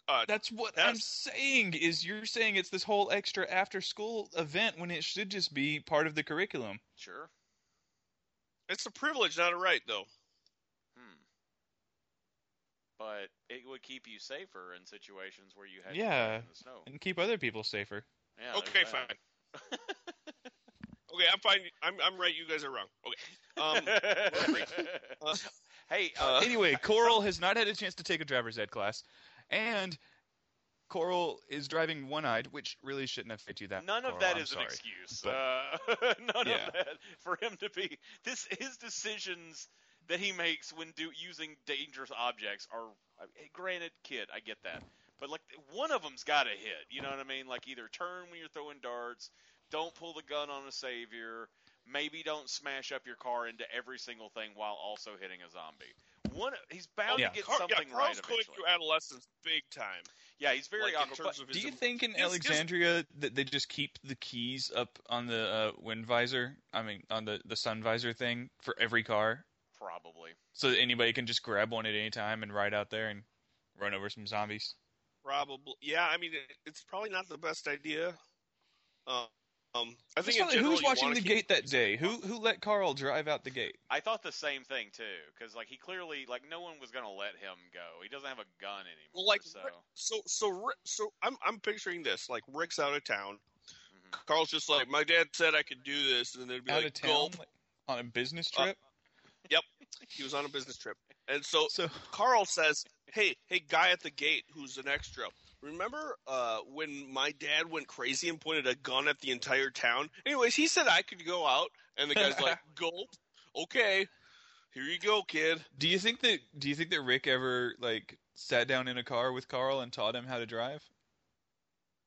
Speaker 2: Uh,
Speaker 3: That's what
Speaker 2: Yes.
Speaker 3: I'm saying. Is you're saying it's this whole extra after school event when it should just be part of the curriculum?
Speaker 1: Sure.
Speaker 2: it's a privilege, not a right, though.
Speaker 1: Hmm. But it would keep you safer in situations where you had to
Speaker 3: Yeah.
Speaker 1: drive in the snow.
Speaker 3: And keep other people safer.
Speaker 1: Yeah,
Speaker 2: Okay,
Speaker 1: there's
Speaker 2: fine. okay, I'm fine. I'm I'm right. You guys are wrong. Okay. Um.
Speaker 1: that. hey, uh,
Speaker 3: anyway, Coral has not had a chance to take a driver's ed class, and Coral is driving one-eyed, which really shouldn't affect you that.
Speaker 1: None of
Speaker 3: Coral,
Speaker 1: that
Speaker 3: Oh, I'm
Speaker 1: is
Speaker 3: sorry.
Speaker 1: an excuse.
Speaker 3: But-
Speaker 1: uh, none
Speaker 3: Yeah.
Speaker 1: of that for him to be this. His decisions that he makes when do, using dangerous objects are. I mean, Granted, kid, I get that, but like one of them's got to hit. You know what I mean? Like either turn when you're throwing darts, don't pull the gun on a savior, maybe don't smash up your car into every single thing while also hitting a zombie. One, he's bound
Speaker 3: Yeah.
Speaker 1: to get
Speaker 2: Car- yeah,
Speaker 1: something right
Speaker 2: Carl's going
Speaker 1: eventually.
Speaker 2: through adolescence big time.
Speaker 1: Yeah, he's very
Speaker 2: like, in
Speaker 1: awkward,
Speaker 2: terms
Speaker 1: but-
Speaker 2: of
Speaker 3: Do
Speaker 2: his
Speaker 3: you think in
Speaker 2: It's just-
Speaker 3: Alexandria that they just keep the keys up on the uh, wind visor? I mean, on the the sun visor thing for every car,
Speaker 1: probably.
Speaker 3: so that anybody can just grab one at any time and ride out there and run over some zombies.
Speaker 2: Probably, yeah. I mean, it, it's probably not the best idea. Uh, Um, I think
Speaker 3: Just
Speaker 2: in
Speaker 3: like,
Speaker 2: general,
Speaker 3: who's
Speaker 2: you
Speaker 3: watching
Speaker 2: wanna
Speaker 3: the
Speaker 2: keep
Speaker 3: gate that
Speaker 2: things
Speaker 3: day? Who
Speaker 2: locked.
Speaker 3: who let Carl drive out the gate?
Speaker 1: I thought the same thing too, because like he clearly like no one was gonna let him go. He doesn't have a gun anymore.
Speaker 2: Well, like
Speaker 1: so,
Speaker 2: Rick- so so Rick- so I'm I'm picturing this like Rick's out of town. Carl's just like my dad said I could do this, and then would be
Speaker 3: out
Speaker 2: like,
Speaker 3: of town
Speaker 2: "Gulp."
Speaker 3: like, on a business trip?
Speaker 2: Yep, he was on a business trip, and so,
Speaker 3: So-
Speaker 2: Carl says, "Hey, hey, guy at the gate, who's an extra? Remember uh, when my dad went crazy and pointed a gun at the entire town? Anyways, he said I could go out, and the guy's like, "Gulp, okay, here you go, kid."
Speaker 3: do you think that do you think that Rick ever like sat down in a car with Carl and taught him how to drive?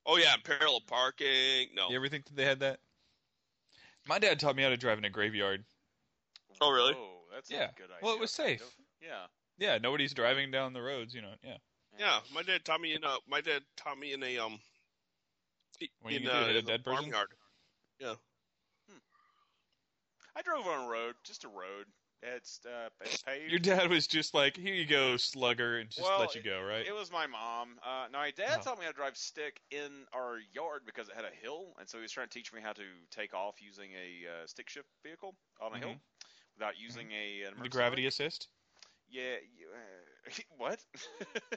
Speaker 2: Oh yeah, parallel parking. No,
Speaker 3: You ever think that they had that? My dad taught me how to drive in a graveyard.
Speaker 2: oh really?
Speaker 1: Oh, that's
Speaker 3: Yeah.
Speaker 1: a good idea.
Speaker 3: Well, it was
Speaker 1: kind
Speaker 3: safe.
Speaker 1: of. Yeah.
Speaker 3: Yeah, nobody's driving down the roads, you know. Yeah.
Speaker 2: Yeah, my dad taught me in a my dad taught me in a um
Speaker 3: When
Speaker 2: in,
Speaker 3: you
Speaker 2: uh,
Speaker 3: hit a
Speaker 2: in the
Speaker 3: dead person?
Speaker 2: farmyard. Yeah,
Speaker 1: I drove on a road, just a road. It's uh, it's paved.
Speaker 3: Your dad was just like, "Here you go, slugger," and just
Speaker 1: well,
Speaker 3: let you go, right?
Speaker 1: It, it was my mom. Uh, no, my dad
Speaker 3: Oh.
Speaker 1: taught me how to drive stick in our yard because it had a hill, and so he was trying to teach me how to take off using a uh, stick shift vehicle on a hill without using a an
Speaker 3: Mm-hmm. the
Speaker 1: emergency
Speaker 3: gravity
Speaker 1: brake.
Speaker 3: assist.
Speaker 1: Yeah. You, uh, what?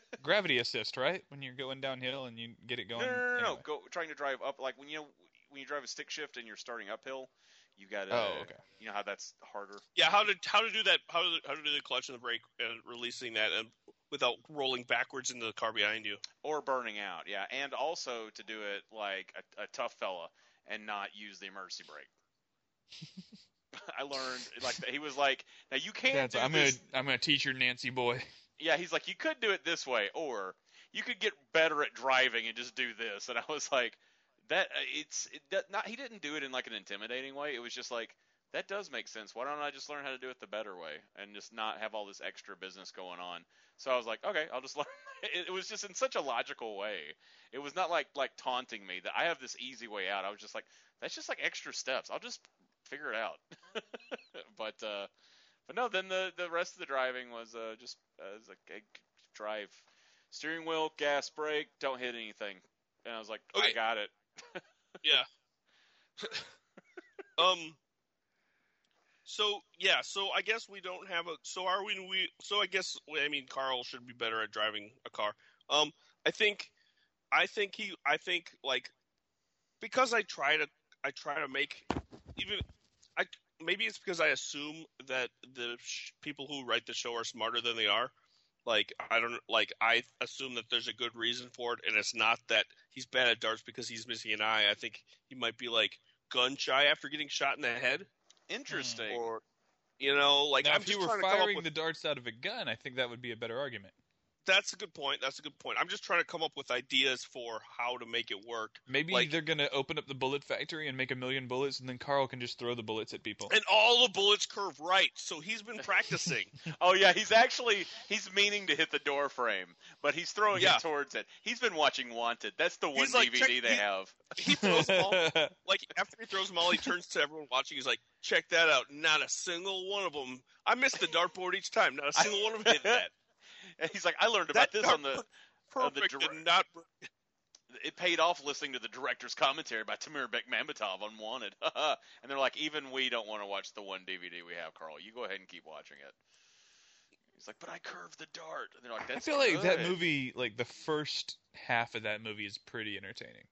Speaker 3: Gravity assist, right? When you're going downhill and you get it
Speaker 1: no,
Speaker 3: going.
Speaker 1: no, no, no. no.
Speaker 3: anyway.
Speaker 1: Go trying to drive up like when you know when you drive a stick shift and you're starting uphill, you got to.
Speaker 3: Oh, okay.
Speaker 1: You know how that's harder.
Speaker 2: yeah. How to how to do that? How to how to do the clutch and the brake and uh, releasing that and without rolling backwards into the car behind you.
Speaker 1: or burning out. Yeah, and also to do it like a, a tough fella and not use the emergency brake. I learned like that- he was like, now you can't.
Speaker 3: Dad's
Speaker 1: do
Speaker 3: like, I'm
Speaker 1: this.
Speaker 3: gonna I'm gonna teach your Nancy boy.
Speaker 1: Yeah, he's like, you could do it this way, or you could get better at driving and just do this. And I was like, that uh, it's it, that, not. He didn't do it in like an intimidating way. It was just like. That does make sense. Why don't I just learn how to do it the better way and just not have all this extra business going on? So I was like, okay, I'll just learn. It, it was just in such a logical way. It was not like like taunting me that I have this easy way out. I was just like, that's just like extra steps. I'll just figure it out. but uh, but no, then the the rest of the driving was uh, just uh, was like a g- drive, steering wheel, gas, brake, don't hit anything. And I was like, I
Speaker 2: Okay.
Speaker 1: got it.
Speaker 2: Yeah. um. So yeah, so I guess we don't have a. So are we? We so I guess I mean Carl should be better at driving a car. Um, I think, I think he, I think like, because I try to, I try to make, even, I maybe it's because I assume that the sh- people who write the show are smarter than they are. Like I don't like I assume that there's a good reason for it, and it's not that he's bad at darts because he's missing an eye. I think he might be like gun shy after getting shot in the head,
Speaker 1: Interesting.
Speaker 2: or you know, like
Speaker 3: now,
Speaker 2: I'm
Speaker 3: if you
Speaker 2: just
Speaker 3: were
Speaker 2: trying to come up
Speaker 3: firing
Speaker 2: with.
Speaker 3: the darts out of a gun, I think that would be a better argument.
Speaker 2: That's a good point. That's a good point. I'm just trying to come up with ideas for how to make it work.
Speaker 3: Maybe
Speaker 2: Like-
Speaker 3: they're gonna open up the bullet factory and make a million bullets, and then Carl can just throw the bullets at people.
Speaker 2: And all the bullets curve right, so he's been practicing.
Speaker 1: oh yeah, he's actually he's meaning to hit the door frame, but he's throwing
Speaker 2: Yeah.
Speaker 1: it towards it. He's been watching Wanted. That's the one
Speaker 2: He's like,
Speaker 1: DVD
Speaker 2: check-
Speaker 1: they
Speaker 2: he-
Speaker 1: have.
Speaker 2: he throws them all like after he throws them all, he turns to everyone watching. He's like, "Check that out! Not a single one of them. I missed the dartboard each time. Not a single one of them hit that.
Speaker 1: And he's like, I learned about
Speaker 2: That
Speaker 1: this on the.
Speaker 2: dartboard
Speaker 1: on the
Speaker 2: perfect
Speaker 1: direct-
Speaker 2: did not.
Speaker 1: It paid off listening to the director's commentary by Tamir Bekmambetov on Wanted, and they're like, even we don't want to watch the one DVD we have, Carl. You go ahead and keep watching it. He's like, but I curved the dart. And they're like,
Speaker 3: I
Speaker 1: that's
Speaker 3: feel like that
Speaker 1: good."
Speaker 3: movie, like the first half of that movie, is pretty entertaining.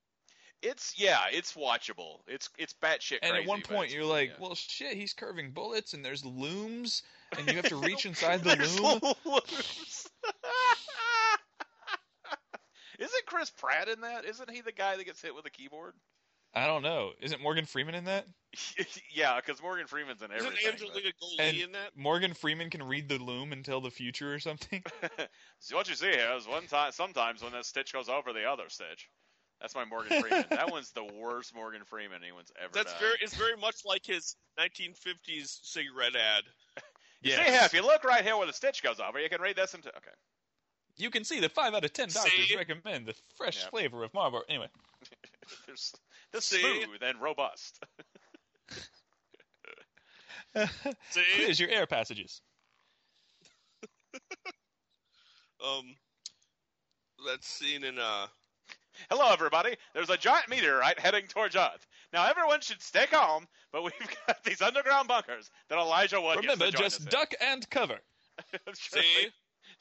Speaker 1: It's yeah, it's watchable. It's it's batshit.
Speaker 3: And
Speaker 1: crazy,
Speaker 3: at one
Speaker 1: but
Speaker 3: point,
Speaker 1: it's-
Speaker 3: you're like,
Speaker 1: yeah.
Speaker 3: "Well, shit, he's curving bullets, and there's looms, and you have to reach inside the
Speaker 1: There's
Speaker 3: loom."
Speaker 1: looms. Isn't Chris Pratt in that? Isn't he the guy that gets hit with a keyboard?
Speaker 3: I don't know. Isn't Morgan Freeman in that?
Speaker 1: yeah, because Morgan Freeman's in everything.
Speaker 2: Isn't
Speaker 1: but-
Speaker 2: Angelina Jolie
Speaker 3: And-
Speaker 2: in that?
Speaker 3: Morgan Freeman can read the loom and tell the future or something.
Speaker 1: So what you see here is one time, sometimes when this stitch goes over the other stitch. That's my Morgan Freeman. that one's the worst Morgan Freeman anyone's ever
Speaker 2: That's
Speaker 1: done.
Speaker 2: very. It's very much like his 1950s cigarette ad.
Speaker 1: You See here, if you look right here where the stitch goes over, you can read this into. Okay.
Speaker 3: You can see that five out of ten doctors
Speaker 2: See?
Speaker 3: recommend the fresh
Speaker 1: Yep.
Speaker 3: flavor of Marlboro. Anyway,
Speaker 1: There's, this
Speaker 2: See?
Speaker 1: smooth and robust.
Speaker 2: See?
Speaker 3: here's your air passages.
Speaker 2: Um, that scene in uh.
Speaker 1: Hello, everybody. There's a giant meteorite heading towards Earth. Now everyone should stay calm, but we've got these underground bunkers that Elijah Wood gets to
Speaker 5: Remember,
Speaker 1: join
Speaker 5: just
Speaker 1: us in.
Speaker 5: duck and cover.
Speaker 1: I'm trying to
Speaker 5: See?
Speaker 1: think-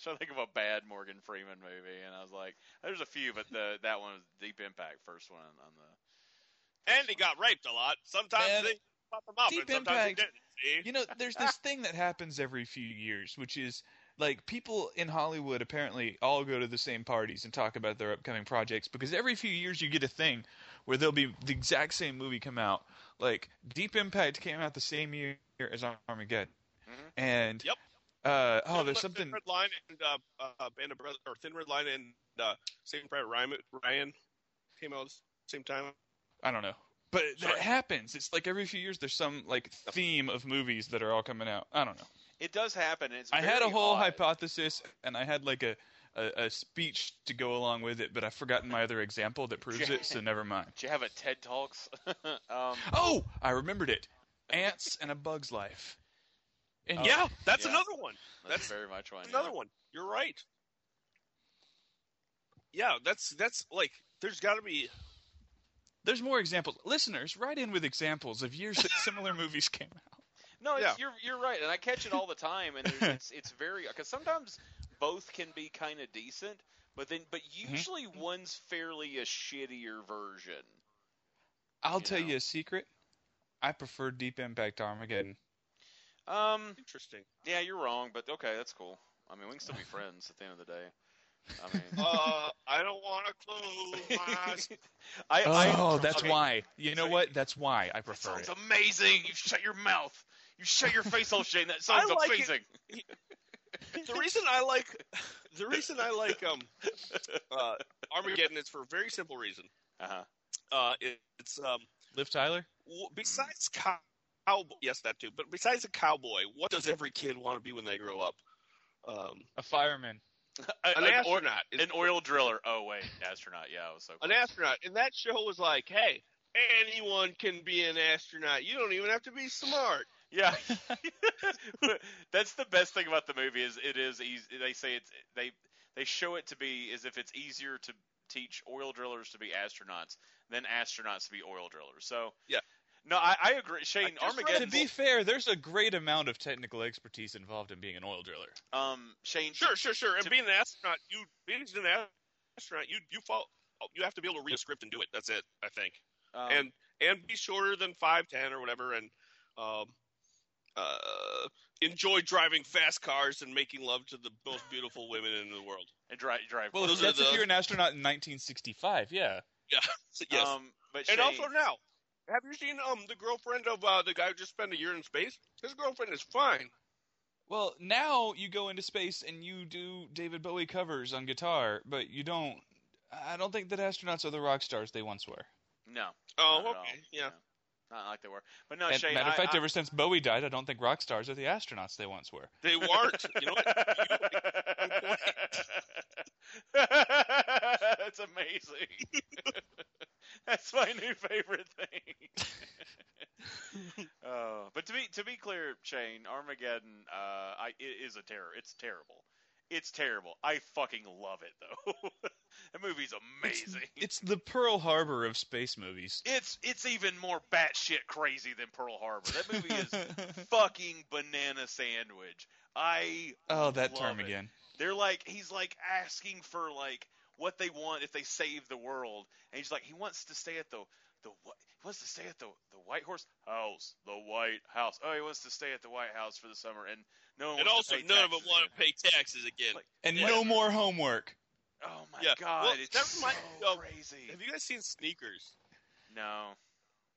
Speaker 1: trying to think of a bad Morgan Freeman movie, and I was like, "There's a few, but the that one was Deep Impact, first one on the."
Speaker 2: And he got raped a lot. Sometimes
Speaker 3: Man.
Speaker 2: they pop him up,
Speaker 3: Deep
Speaker 2: and sometimes
Speaker 3: impact.
Speaker 2: they didn't. See?
Speaker 3: You know, there's this thing that happens every few years, which is like people in Hollywood apparently all go to the same parties and talk about their upcoming projects because every few years you get a thing where there'll be the exact same movie come out. Like Deep Impact came out the same year as Armageddon, and
Speaker 2: Mm-hmm. Yep.
Speaker 3: uh, oh, there's
Speaker 2: Thin
Speaker 3: something.
Speaker 2: Red Line and uh, uh, Band of Brothers, or Thin Red Line and uh, Saving Private Ryan, Ryan came out at the same time.
Speaker 3: I don't know. But that
Speaker 2: Sorry.
Speaker 3: happens. It's like every few years there's some like theme of movies that are all coming out. I don't know.
Speaker 1: It does happen. and It's
Speaker 3: I had a
Speaker 1: very
Speaker 3: whole
Speaker 1: odd.
Speaker 3: hypothesis and I had like a, a, a speech to go along with it, but I've forgotten my other example that proves it, so never mind.
Speaker 1: Do you have a TED Talks? um,
Speaker 3: Oh, I remembered it. Ants and a Bug's Life. And
Speaker 2: yeah, that's
Speaker 1: yeah.
Speaker 2: another one.
Speaker 1: that's
Speaker 2: That's
Speaker 1: very much one.
Speaker 2: another
Speaker 1: yeah.
Speaker 2: one. You're right. Yeah, that's that's like there's got to be
Speaker 3: there's more examples. Listeners, write in with examples of years that similar movies came out.
Speaker 1: No, it's,
Speaker 2: Yeah.
Speaker 1: you're you're right, and I catch it all the time, and there's, it's it's very because sometimes both can be kind of decent, but then but
Speaker 3: Mm-hmm.
Speaker 1: usually one's fairly a shittier version.
Speaker 3: I'll tell
Speaker 1: know.
Speaker 3: you a secret. I prefer Deep Impact to Armageddon.
Speaker 1: Um,
Speaker 2: interesting.
Speaker 1: yeah, you're wrong, but okay, that's cool. I mean, we can still be friends at the end of the day. I mean,
Speaker 2: Uh, I don't want to close my eyes.
Speaker 1: I, I,
Speaker 3: Oh, that's
Speaker 1: okay,
Speaker 3: why. You know what? That's why I
Speaker 1: That
Speaker 3: prefer
Speaker 1: sounds
Speaker 3: it.
Speaker 1: amazing. You shut your mouth. You shut your face off, Shane. That
Speaker 2: I
Speaker 1: sounds
Speaker 2: like it.
Speaker 1: amazing.
Speaker 2: the reason I like the reason I like um uh, Armageddon is for a very simple reason.
Speaker 1: Uh-huh.
Speaker 2: Uh, it, it's um
Speaker 3: Liv Tyler?
Speaker 2: w- besides cow- cowboy, yes, that too. But besides a cowboy, what does every kid want to be when they grow up? Um,
Speaker 3: A fireman.
Speaker 2: an
Speaker 1: An or-
Speaker 2: astronaut. is-
Speaker 1: An oil driller. Oh wait, astronaut. Yeah, I was so.
Speaker 2: an
Speaker 1: close.
Speaker 2: astronaut. And that show was like, hey, anyone can be an astronaut. You don't even have to be smart.
Speaker 1: Yeah, that's the best thing about the movie is it is easy. They say it's they they show it to be as if it's easier to teach oil drillers to be astronauts than astronauts to be oil drillers. So
Speaker 2: Yeah.
Speaker 1: no, I, I agree. Shane
Speaker 2: just read
Speaker 1: Armageddon.
Speaker 3: To be fair, there's a great amount of technical expertise involved in being an oil driller.
Speaker 1: um, Shane.
Speaker 2: Sure, sure, sure. And
Speaker 1: To-
Speaker 2: being an astronaut, you being an astronaut, you you fall. You have to be able to read a script and do it. That's it. I think.
Speaker 1: um,
Speaker 2: and and be shorter than five ten or whatever, and um, uh, enjoy driving fast cars and making love to the most beautiful women in the world.
Speaker 1: and drive drive.
Speaker 3: Well,
Speaker 2: Those are
Speaker 3: that's if
Speaker 2: the-
Speaker 3: you're an astronaut in 1965, yeah.
Speaker 2: Yeah. yes.
Speaker 1: Um, but Shane,
Speaker 2: and also now, have you seen um the girlfriend of uh, the guy who just spent a year in space? His girlfriend is fine.
Speaker 3: Well, now you go into space and you do David Bowie covers on guitar, but you don't. I don't think that astronauts are the rock stars they once were.
Speaker 1: no.
Speaker 2: Oh,
Speaker 1: not at
Speaker 2: okay,
Speaker 1: all.
Speaker 2: yeah.
Speaker 1: Not like they were. But no,
Speaker 3: And
Speaker 1: Uh, Shane.
Speaker 3: matter of
Speaker 1: I-
Speaker 3: fact,
Speaker 1: I-
Speaker 3: ever since Bowie died, I don't think rock stars are the astronauts they once were.
Speaker 2: They weren't. you know what?
Speaker 1: That's amazing. That's my new favorite thing. oh, but to be to be clear, Shane, Armageddon, uh, I it is a terror. It's terrible. It's terrible. I fucking love it though. that movie's amazing.
Speaker 3: It's the Pearl Harbor of space movies.
Speaker 1: It's it's even more batshit crazy than Pearl Harbor. That movie is fucking banana sandwich. I
Speaker 3: Oh, that
Speaker 1: love
Speaker 3: term
Speaker 1: it.
Speaker 3: again.
Speaker 1: They're like he's like asking for like what they want if they save the world, and he's like he wants to stay at the the wh- he wants to stay at the the White Horse House, the White House. Oh, he wants to stay at the White House for the summer, and no one
Speaker 2: And
Speaker 1: wants
Speaker 2: also,
Speaker 1: to pay
Speaker 2: none of them
Speaker 1: taxes
Speaker 2: want to
Speaker 1: again.
Speaker 2: pay taxes again.
Speaker 1: Like,
Speaker 3: And
Speaker 1: Yeah.
Speaker 3: no more homework.
Speaker 1: oh my
Speaker 2: Yeah.
Speaker 1: god,
Speaker 2: Well,
Speaker 1: it's
Speaker 2: that reminds me
Speaker 1: so
Speaker 2: of-
Speaker 1: crazy.
Speaker 2: have you guys seen Sneakers?
Speaker 1: No,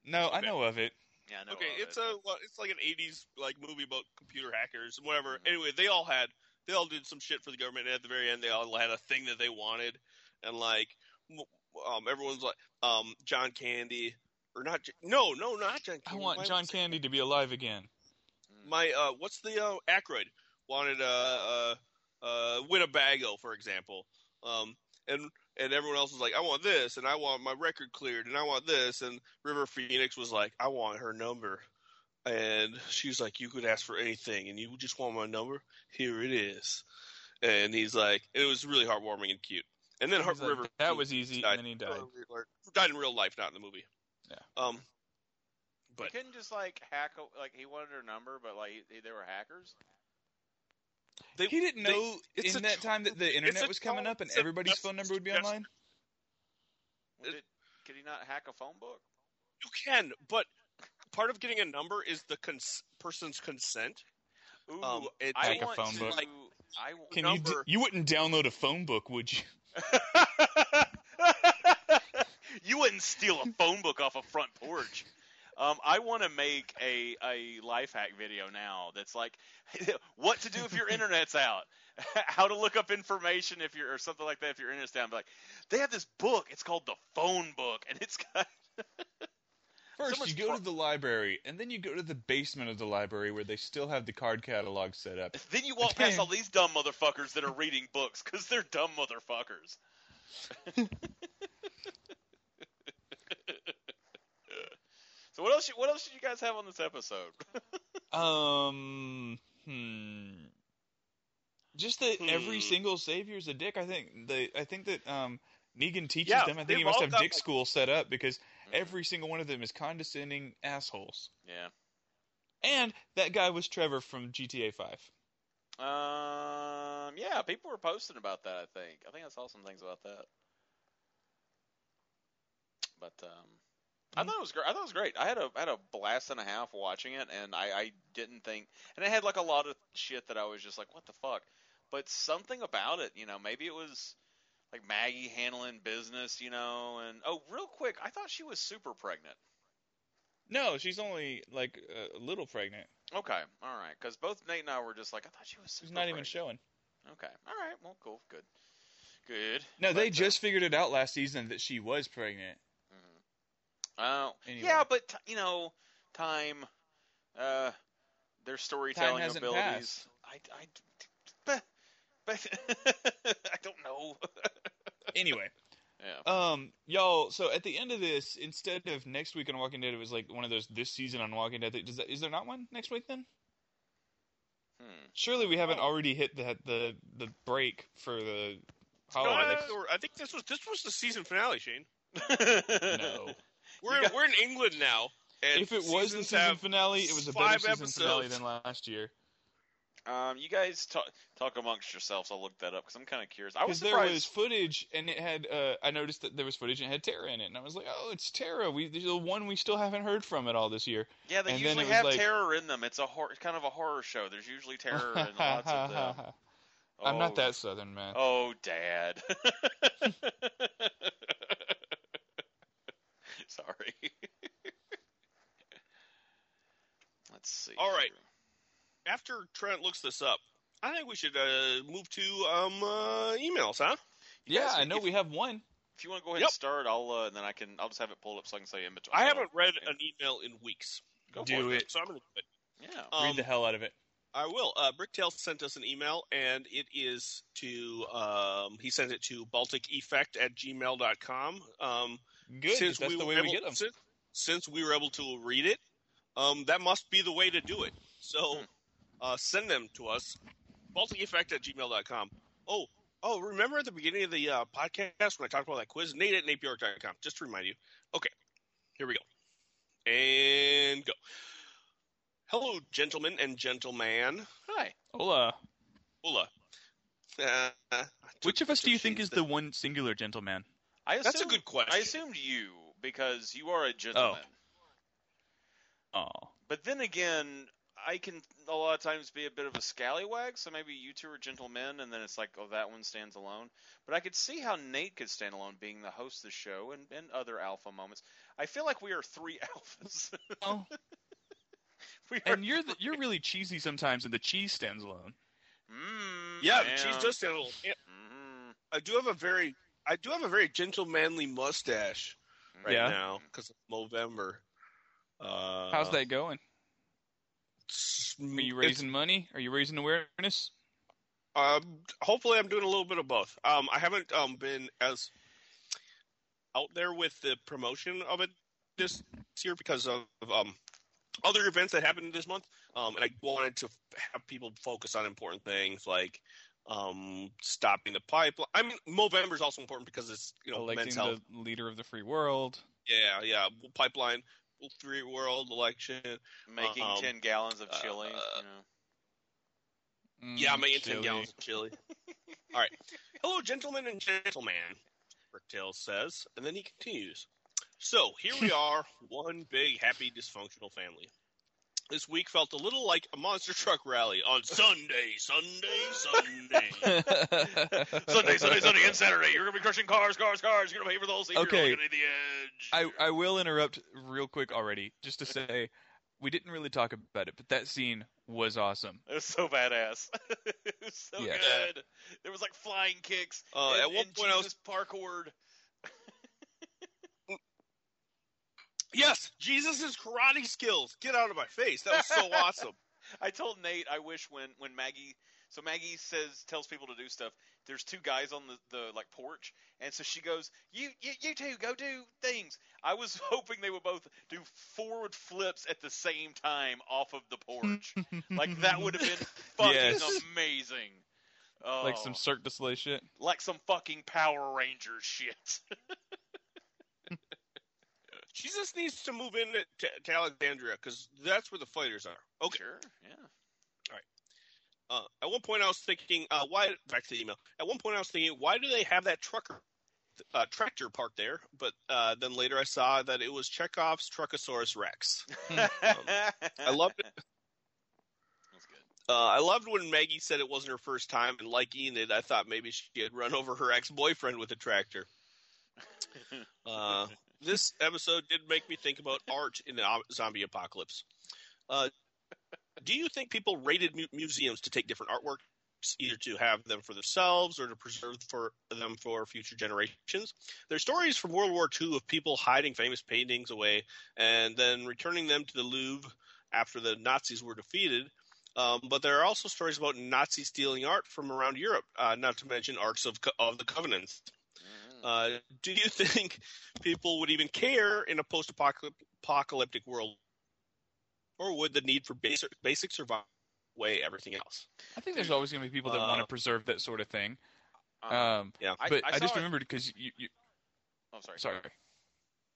Speaker 3: No, I know of it.
Speaker 1: yeah, I know
Speaker 2: okay,
Speaker 1: of
Speaker 2: it's
Speaker 1: it.
Speaker 2: a well, it's like an '80s like movie about computer hackers and whatever.
Speaker 1: Mm-hmm.
Speaker 2: Anyway, they all had they all did some shit for the government. And at the very end, they all had a thing that they wanted, and like m- um, everyone's like um, John Candy or not? J- No, no, not John.
Speaker 3: I
Speaker 2: Candy.
Speaker 3: want
Speaker 2: Why
Speaker 3: John
Speaker 2: was it-
Speaker 3: Candy to be alive again.
Speaker 2: My uh, what's the uh, Aykroyd wanted uh, uh, uh, Winnebago, for example, um, and and everyone else was like, I want this, and I want my record cleared, and I want this, and River Phoenix was like, I want her number, and she was like, you could ask for anything, and you just want my number, here it is, and he's like, it was really heartwarming and cute, and then Har-
Speaker 3: He's like,
Speaker 2: River
Speaker 3: that
Speaker 2: Phoenix
Speaker 3: was easy,
Speaker 2: died.
Speaker 3: and then he died.
Speaker 2: Who died in real life, not in the movie.
Speaker 3: Yeah.
Speaker 2: Um, But
Speaker 1: he couldn't just like hack. a- Like he wanted her number, but like he, they were hackers.
Speaker 2: they,
Speaker 3: He didn't
Speaker 2: they-
Speaker 3: know
Speaker 2: it's
Speaker 3: in
Speaker 2: a
Speaker 3: that time that the
Speaker 2: tool-
Speaker 3: internet
Speaker 2: it's a
Speaker 3: was coming
Speaker 2: tool.
Speaker 3: up and
Speaker 2: It's a
Speaker 3: everybody's
Speaker 2: message
Speaker 3: phone number would be
Speaker 2: gesture.
Speaker 3: online.
Speaker 1: Well, Did, could he not hack a phone book?
Speaker 2: You can, but part of getting a number is the cons- person's consent.
Speaker 1: Ooh,
Speaker 2: Um, it-
Speaker 1: I
Speaker 3: Hack a
Speaker 1: want
Speaker 3: phone
Speaker 1: to,
Speaker 3: book.
Speaker 1: Like, I want
Speaker 3: Can you
Speaker 1: number.
Speaker 3: d- you wouldn't download a phone book, would you?
Speaker 1: you wouldn't steal a phone book off a front porch. Um, I want to make a, a life hack video now that's like what to do if your internet's out, how to look up information if you're or something like that if your internet's down. But like they have this book, it's called the Phone Book, and it's got
Speaker 3: First,
Speaker 1: Someone's
Speaker 3: you go
Speaker 1: pro-
Speaker 3: to the library, and then you go to the basement of the library where they still have the card catalog set up.
Speaker 1: then you walk past all these dumb motherfuckers that are reading books because they're dumb motherfuckers. so what else? you- What else did you guys have on this episode?
Speaker 3: Um, hmm. Just that every
Speaker 2: Hmm.
Speaker 3: single savior's a dick. I think they. I think that um, Negan teaches
Speaker 2: Yeah,
Speaker 3: them. I
Speaker 2: they've
Speaker 3: think he must
Speaker 2: all
Speaker 3: have
Speaker 2: got,
Speaker 3: dick
Speaker 2: like-
Speaker 3: school set up because every single one of them is condescending assholes.
Speaker 1: yeah.
Speaker 3: And that guy was Trevor from GTA Five.
Speaker 1: Um. Yeah, people were posting about that. I think. I think I saw some things about that. But um,
Speaker 3: Mm.
Speaker 1: I thought it was great. I thought it was great. I had a had a blast and a half watching it, and I, I didn't think, and it had like a lot of shit that I was just like, what the fuck. But something about it, you know, maybe it was like Maggie handling business, you know, and oh, real quick, I thought she was super pregnant.
Speaker 3: No, she's only like a little pregnant.
Speaker 1: Okay, all right, because both Nate and I were just like, I thought she was super.
Speaker 3: She's not even
Speaker 1: pregnant.
Speaker 3: showing.
Speaker 1: Okay, all right, well, cool, good, good.
Speaker 3: No, they
Speaker 1: But, uh,
Speaker 3: just figured it out last season that she was pregnant.
Speaker 1: Oh,
Speaker 3: Anyway.
Speaker 1: yeah, but t- you know, time, uh, their storytelling
Speaker 3: hasn't
Speaker 1: abilities. I, I, but, but I don't know.
Speaker 3: Anyway.
Speaker 1: Yeah.
Speaker 3: Um, y'all. So at the end of this, instead of next week on Walking Dead, it was like one of those this season on Walking Dead. Does that, is there not one next week then?
Speaker 2: Hmm.
Speaker 3: Surely we haven't already hit the the the break for the
Speaker 2: No, I,
Speaker 3: holiday.
Speaker 2: think they were- I think this was this was the season finale, Shane.
Speaker 3: no.
Speaker 2: We're in, we're in England now. And
Speaker 3: If it was the
Speaker 2: seasons
Speaker 3: season
Speaker 2: have
Speaker 3: finale, it was a better
Speaker 2: five
Speaker 3: season
Speaker 2: episodes.
Speaker 3: finale than last year.
Speaker 1: um, you guys talk talk amongst yourselves. I'll look that up because I'm kind of curious. I was
Speaker 3: Because there
Speaker 1: surprised.
Speaker 3: was footage, and it had. Uh, I noticed that there was footage and it had Tara in it, and I was like, "Oh, it's Tara. We the one we still haven't heard from at all this year."
Speaker 1: Yeah, they
Speaker 3: and then
Speaker 1: usually
Speaker 3: it was
Speaker 1: have
Speaker 3: like-
Speaker 1: terror in them. It's a hor- it's kind of a horror show. There's usually terror in lots of them.
Speaker 3: I'm
Speaker 1: Oh.
Speaker 3: not that southern man.
Speaker 1: Oh, Dad. Sorry. Let's see.
Speaker 2: All right.
Speaker 1: here.
Speaker 2: after Trent looks this up. I think we should uh, move to um, uh, emails, huh?
Speaker 3: yeah,
Speaker 1: guys-
Speaker 3: I know
Speaker 1: if-
Speaker 3: we have one.
Speaker 1: If you want to go ahead
Speaker 2: Yep.
Speaker 1: and start, I'll uh, and then I can. I'll just have it pulled up so I can say in between.
Speaker 2: I haven't read an email in weeks.
Speaker 1: Go
Speaker 3: Oh, Do
Speaker 1: for
Speaker 3: it.
Speaker 2: So I'm going to do it.
Speaker 1: Yeah.
Speaker 2: Um,
Speaker 3: Read the hell out of it.
Speaker 2: I will. Uh, Bricktail sent us an email, and it is to, um, he sent it to balticeffect at gmail.com. Um,
Speaker 3: Good.
Speaker 2: Since
Speaker 3: that's
Speaker 2: we
Speaker 3: the
Speaker 2: were
Speaker 3: way we
Speaker 2: able-
Speaker 3: get them.
Speaker 2: Since, since we were able to read it, um, that must be the way to do it. So
Speaker 3: Hmm.
Speaker 2: uh, send them to us, balticeffect at gmail.com. Oh, oh, remember at the beginning of the uh, podcast when I talked about that quiz? Nate at napiorg.com, just to remind you. Okay, here we go. And go. Hello, gentlemen and gentleman.
Speaker 1: Hi.
Speaker 3: Hola.
Speaker 2: Hola. Uh, I took-
Speaker 3: Which of us do you think
Speaker 2: Change
Speaker 3: is
Speaker 2: the-
Speaker 3: the one singular gentleman?
Speaker 1: I
Speaker 2: That's a
Speaker 1: assumed-
Speaker 2: good question.
Speaker 1: I assumed you because you are a gentleman.
Speaker 3: Oh,
Speaker 1: But then again, I can a lot of times be a bit of a scallywag, so maybe you two are gentlemen, and then it's like, oh, that one stands alone. But I could see how Nate could stand alone, being the host of the show and, and other alpha moments. I feel like we are three alphas.
Speaker 3: Oh.
Speaker 1: we are.
Speaker 3: and you're the, you're really cheesy sometimes, and the cheese stands alone.
Speaker 1: Mm,
Speaker 2: Yeah,
Speaker 1: I
Speaker 2: the cheese
Speaker 1: am.
Speaker 2: does sound a little.
Speaker 1: Mm,
Speaker 2: I do have a very, I do have a very gentlemanly mustache right
Speaker 3: Yeah.
Speaker 2: now because of Movember. Uh,
Speaker 3: How's that going?
Speaker 2: it's-
Speaker 3: Are you
Speaker 2: it's-
Speaker 3: raising money? Are you raising awareness?
Speaker 2: Um, hopefully, I'm doing a little bit of both. Um, I haven't um, been as out there with the promotion of it this year because of um, other events that happened this month, um, and I wanted to have people focus on important things like um, stopping the pipeline. I mean, Movember is also important because it's you know
Speaker 3: Electing
Speaker 2: men's health.
Speaker 3: the leader of the free world.
Speaker 2: Yeah, yeah, pipeline. free world election.
Speaker 1: Making
Speaker 2: Um,
Speaker 1: ten gallons of chili.
Speaker 2: uh,
Speaker 1: you know.
Speaker 3: Mm,
Speaker 2: Yeah, I'm making
Speaker 3: chili.
Speaker 2: 10 gallons of chili. All right. Hello, gentlemen and gentleman, Bricktail says, and then he continues. So here we are, one big, happy, dysfunctional family. This week felt a little like a monster truck rally on Sunday, Sunday, Sunday.
Speaker 1: Sunday, Sunday, Sunday, and Saturday. You're gonna be crushing cars, cars, cars. You're gonna pay for the whole seat.
Speaker 3: Okay.
Speaker 1: You're gonna need the edge.
Speaker 3: I, I will interrupt real quick already just to say we didn't really talk about it, but that scene was awesome.
Speaker 1: It was so badass. it was so
Speaker 3: Yeah.
Speaker 1: good. There was like flying kicks.
Speaker 2: Uh,
Speaker 1: and-
Speaker 2: at one
Speaker 1: and
Speaker 2: point I was-
Speaker 1: Jesus parkoured.
Speaker 2: yes, Jesus' karate skills. Get out of my face. That was so awesome.
Speaker 1: I told Nate I wish when when Maggie so Maggie says tells people to do stuff. There's two guys on the, the like porch, and so she goes, "You you you two go do things." I was hoping they would both do forward flips at the same time off of the porch. like that would have been fucking
Speaker 3: Yes.
Speaker 1: amazing. Oh,
Speaker 3: Like some Cirque du Soleil shit.
Speaker 1: like some fucking Power Rangers shit.
Speaker 2: Jesus needs to move into to Alexandria because that's where the fighters are. Okay.
Speaker 1: Sure, yeah.
Speaker 2: Uh, at one point, I was thinking, uh, why? Back to the email. At one point, I was thinking, why do they have that trucker uh, tractor parked there? But uh, then later, I saw that it was Chekhov's Truckosaurus Rex.
Speaker 3: Um,
Speaker 2: I loved it.
Speaker 1: That's good.
Speaker 2: Uh, I loved when Maggie said it wasn't her first time, and like Enid, I thought maybe she had run over her ex-boyfriend with a tractor. Uh, this episode did make me think about art in the o- zombie apocalypse. Uh, do you think people rated mu- museums to take different artworks, either to have them for themselves or to preserve for them for future generations? There are stories from World War II of people hiding famous paintings away and then returning them to the Louvre after the Nazis were defeated. Um, but there are also stories about Nazis stealing art from around Europe, uh, not to mention arcs of, co- of the Covenants. Uh, do you think people would even care in a post-apocalyptic world, or would the need for basic basic survival weigh everything else?
Speaker 3: I think there's always going to be people that want
Speaker 2: Uh,
Speaker 3: to preserve that sort of thing.
Speaker 1: Uh,
Speaker 3: Um,
Speaker 2: Yeah.
Speaker 1: I-
Speaker 3: but
Speaker 1: I
Speaker 3: I,
Speaker 1: saw
Speaker 3: just
Speaker 1: it-
Speaker 3: remembered because you, you.
Speaker 1: oh, sorry.
Speaker 3: Sorry.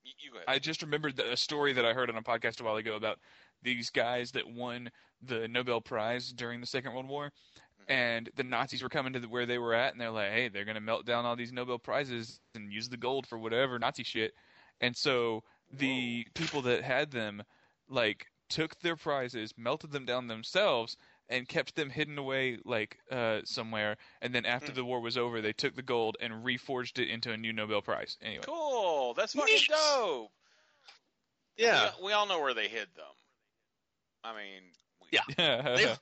Speaker 1: You, you go ahead.
Speaker 3: I just remembered that a story that I heard on a podcast a while ago about these guys that won the Nobel Prize during the Second World War, and the Nazis were coming to the, where they were at, and they're like, "Hey, they're going to melt down all these Nobel prizes and use the gold for whatever Nazi shit," and so the people that had them like took their prizes, melted them down themselves. And kept them hidden away, like uh, somewhere. And then after the war was over, they took the gold and reforged it into a new Nobel Prize. Anyway,
Speaker 1: Cool. That's fucking
Speaker 2: Neat.
Speaker 1: dope.
Speaker 2: Yeah,
Speaker 1: We, we all know where they hid them. I mean, we,
Speaker 2: Yeah.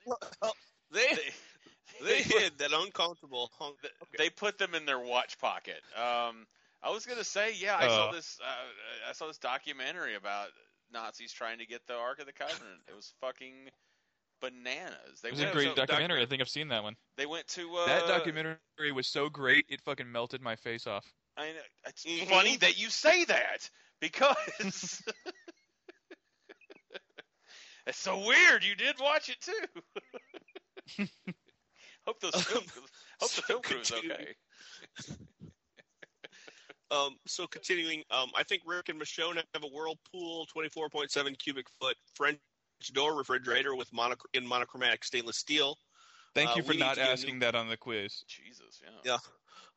Speaker 2: they, they they
Speaker 1: they put-
Speaker 2: hid that uncomfortable hunk.
Speaker 1: they put them in their watch pocket. Um, I was gonna say, yeah, I saw
Speaker 3: Uh.
Speaker 1: this. Uh, I saw this documentary about Nazis trying to get the Ark of the Covenant. It was fucking bananas. They
Speaker 3: It was
Speaker 1: went
Speaker 3: a great
Speaker 1: to,
Speaker 3: documentary. I think I've seen that one.
Speaker 1: They went to uh,
Speaker 3: that documentary was so great it fucking melted my face off.
Speaker 1: I know, it's
Speaker 2: Mhm.
Speaker 1: funny that you say that because it's so weird. You did watch it too. hope those film, hope the
Speaker 2: So
Speaker 1: film crew is
Speaker 2: continue.
Speaker 1: okay.
Speaker 2: Um, so continuing, um, I think Rick and Michonne have a Whirlpool 24.7 cubic foot French door refrigerator with monoch- in monochromatic stainless steel.
Speaker 3: Thank
Speaker 2: Uh,
Speaker 3: you for
Speaker 2: we need
Speaker 3: not
Speaker 2: to get a
Speaker 3: asking
Speaker 2: new-
Speaker 3: that on the quiz.
Speaker 1: Jesus, yeah.
Speaker 2: Yeah.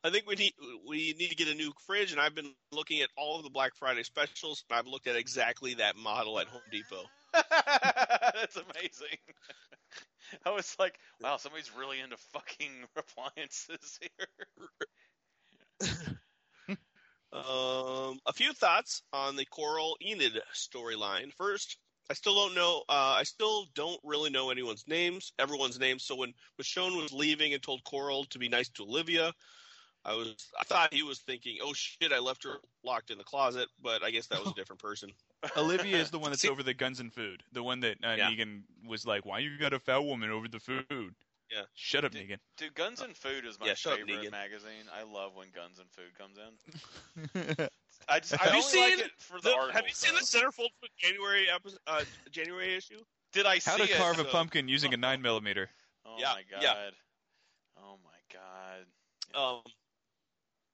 Speaker 2: I think we need we need to get a new fridge, and I've been looking at all of the Black Friday specials, and I've looked at exactly that model at Home Depot.
Speaker 1: That's amazing. I was like, wow, somebody's really into fucking appliances here.
Speaker 2: Um, a few thoughts on the Coral Enid storyline. First, I still don't know. Uh, I still don't really know anyone's names, everyone's names. So when Michonne was leaving and told Coral to be nice to Olivia, I was I thought he was thinking, "Oh shit, I left her locked in the closet," but I guess that was a different person.
Speaker 3: Olivia is the one that's
Speaker 2: See-
Speaker 3: over the guns and food. The one that uh,
Speaker 2: Yeah.
Speaker 3: Negan was like, "Why you got a fat woman over the food?"
Speaker 2: Yeah.
Speaker 3: Shut up, Negan.
Speaker 1: Dude, Guns and Food is my
Speaker 2: Yeah, shut up,
Speaker 1: favorite
Speaker 2: Negan.
Speaker 1: magazine. I love when Guns and Food comes in. I just I only
Speaker 2: you
Speaker 1: like
Speaker 2: seen
Speaker 1: it for the,
Speaker 2: The-
Speaker 1: articles.
Speaker 2: have you seen
Speaker 1: though.
Speaker 2: the centerfold for January episode, uh, January issue?
Speaker 1: Did I
Speaker 3: How
Speaker 1: see
Speaker 3: to carve
Speaker 1: it?
Speaker 3: a pumpkin using a nine millimeter.
Speaker 1: Oh
Speaker 2: Yeah,
Speaker 1: my god.
Speaker 2: yeah.
Speaker 1: Oh my god.
Speaker 2: Um,